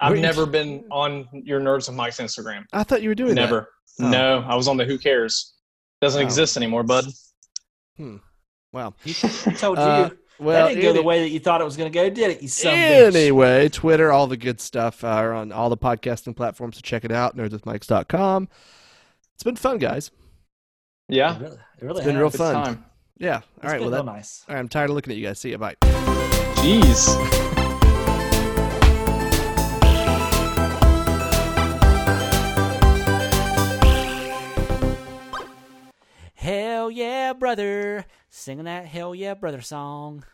Speaker 3: I've
Speaker 1: Wait.
Speaker 3: never been on your nerves of Mike's Instagram.
Speaker 1: I thought you were doing that.
Speaker 3: Never.
Speaker 1: Oh.
Speaker 3: No, I was on the Who Cares. Doesn't
Speaker 1: Oh.
Speaker 3: exist anymore, bud.
Speaker 1: Wow.
Speaker 2: I told
Speaker 1: Uh,
Speaker 2: you
Speaker 1: Well,
Speaker 2: that didn't go
Speaker 1: any-
Speaker 2: the way that you thought it was going to go, did it? You son of a bitch?
Speaker 1: Anyway, Twitter, all the good stuff uh, are on all the podcasting platforms. So check it out, nerdswithmikes.com. It's been fun, guys.
Speaker 3: Yeah.
Speaker 2: It really, it really
Speaker 1: It's been
Speaker 2: has.
Speaker 1: real
Speaker 3: It's
Speaker 1: fun.
Speaker 3: time.
Speaker 1: Yeah.
Speaker 2: It's
Speaker 1: All right.
Speaker 2: been
Speaker 1: Well, that,
Speaker 2: real
Speaker 1: all
Speaker 2: nice.
Speaker 1: right, I'm tired of looking at you guys. See you. Bye.
Speaker 3: Jeez.
Speaker 2: Hell yeah, brother! Singing that hell yeah, brother song.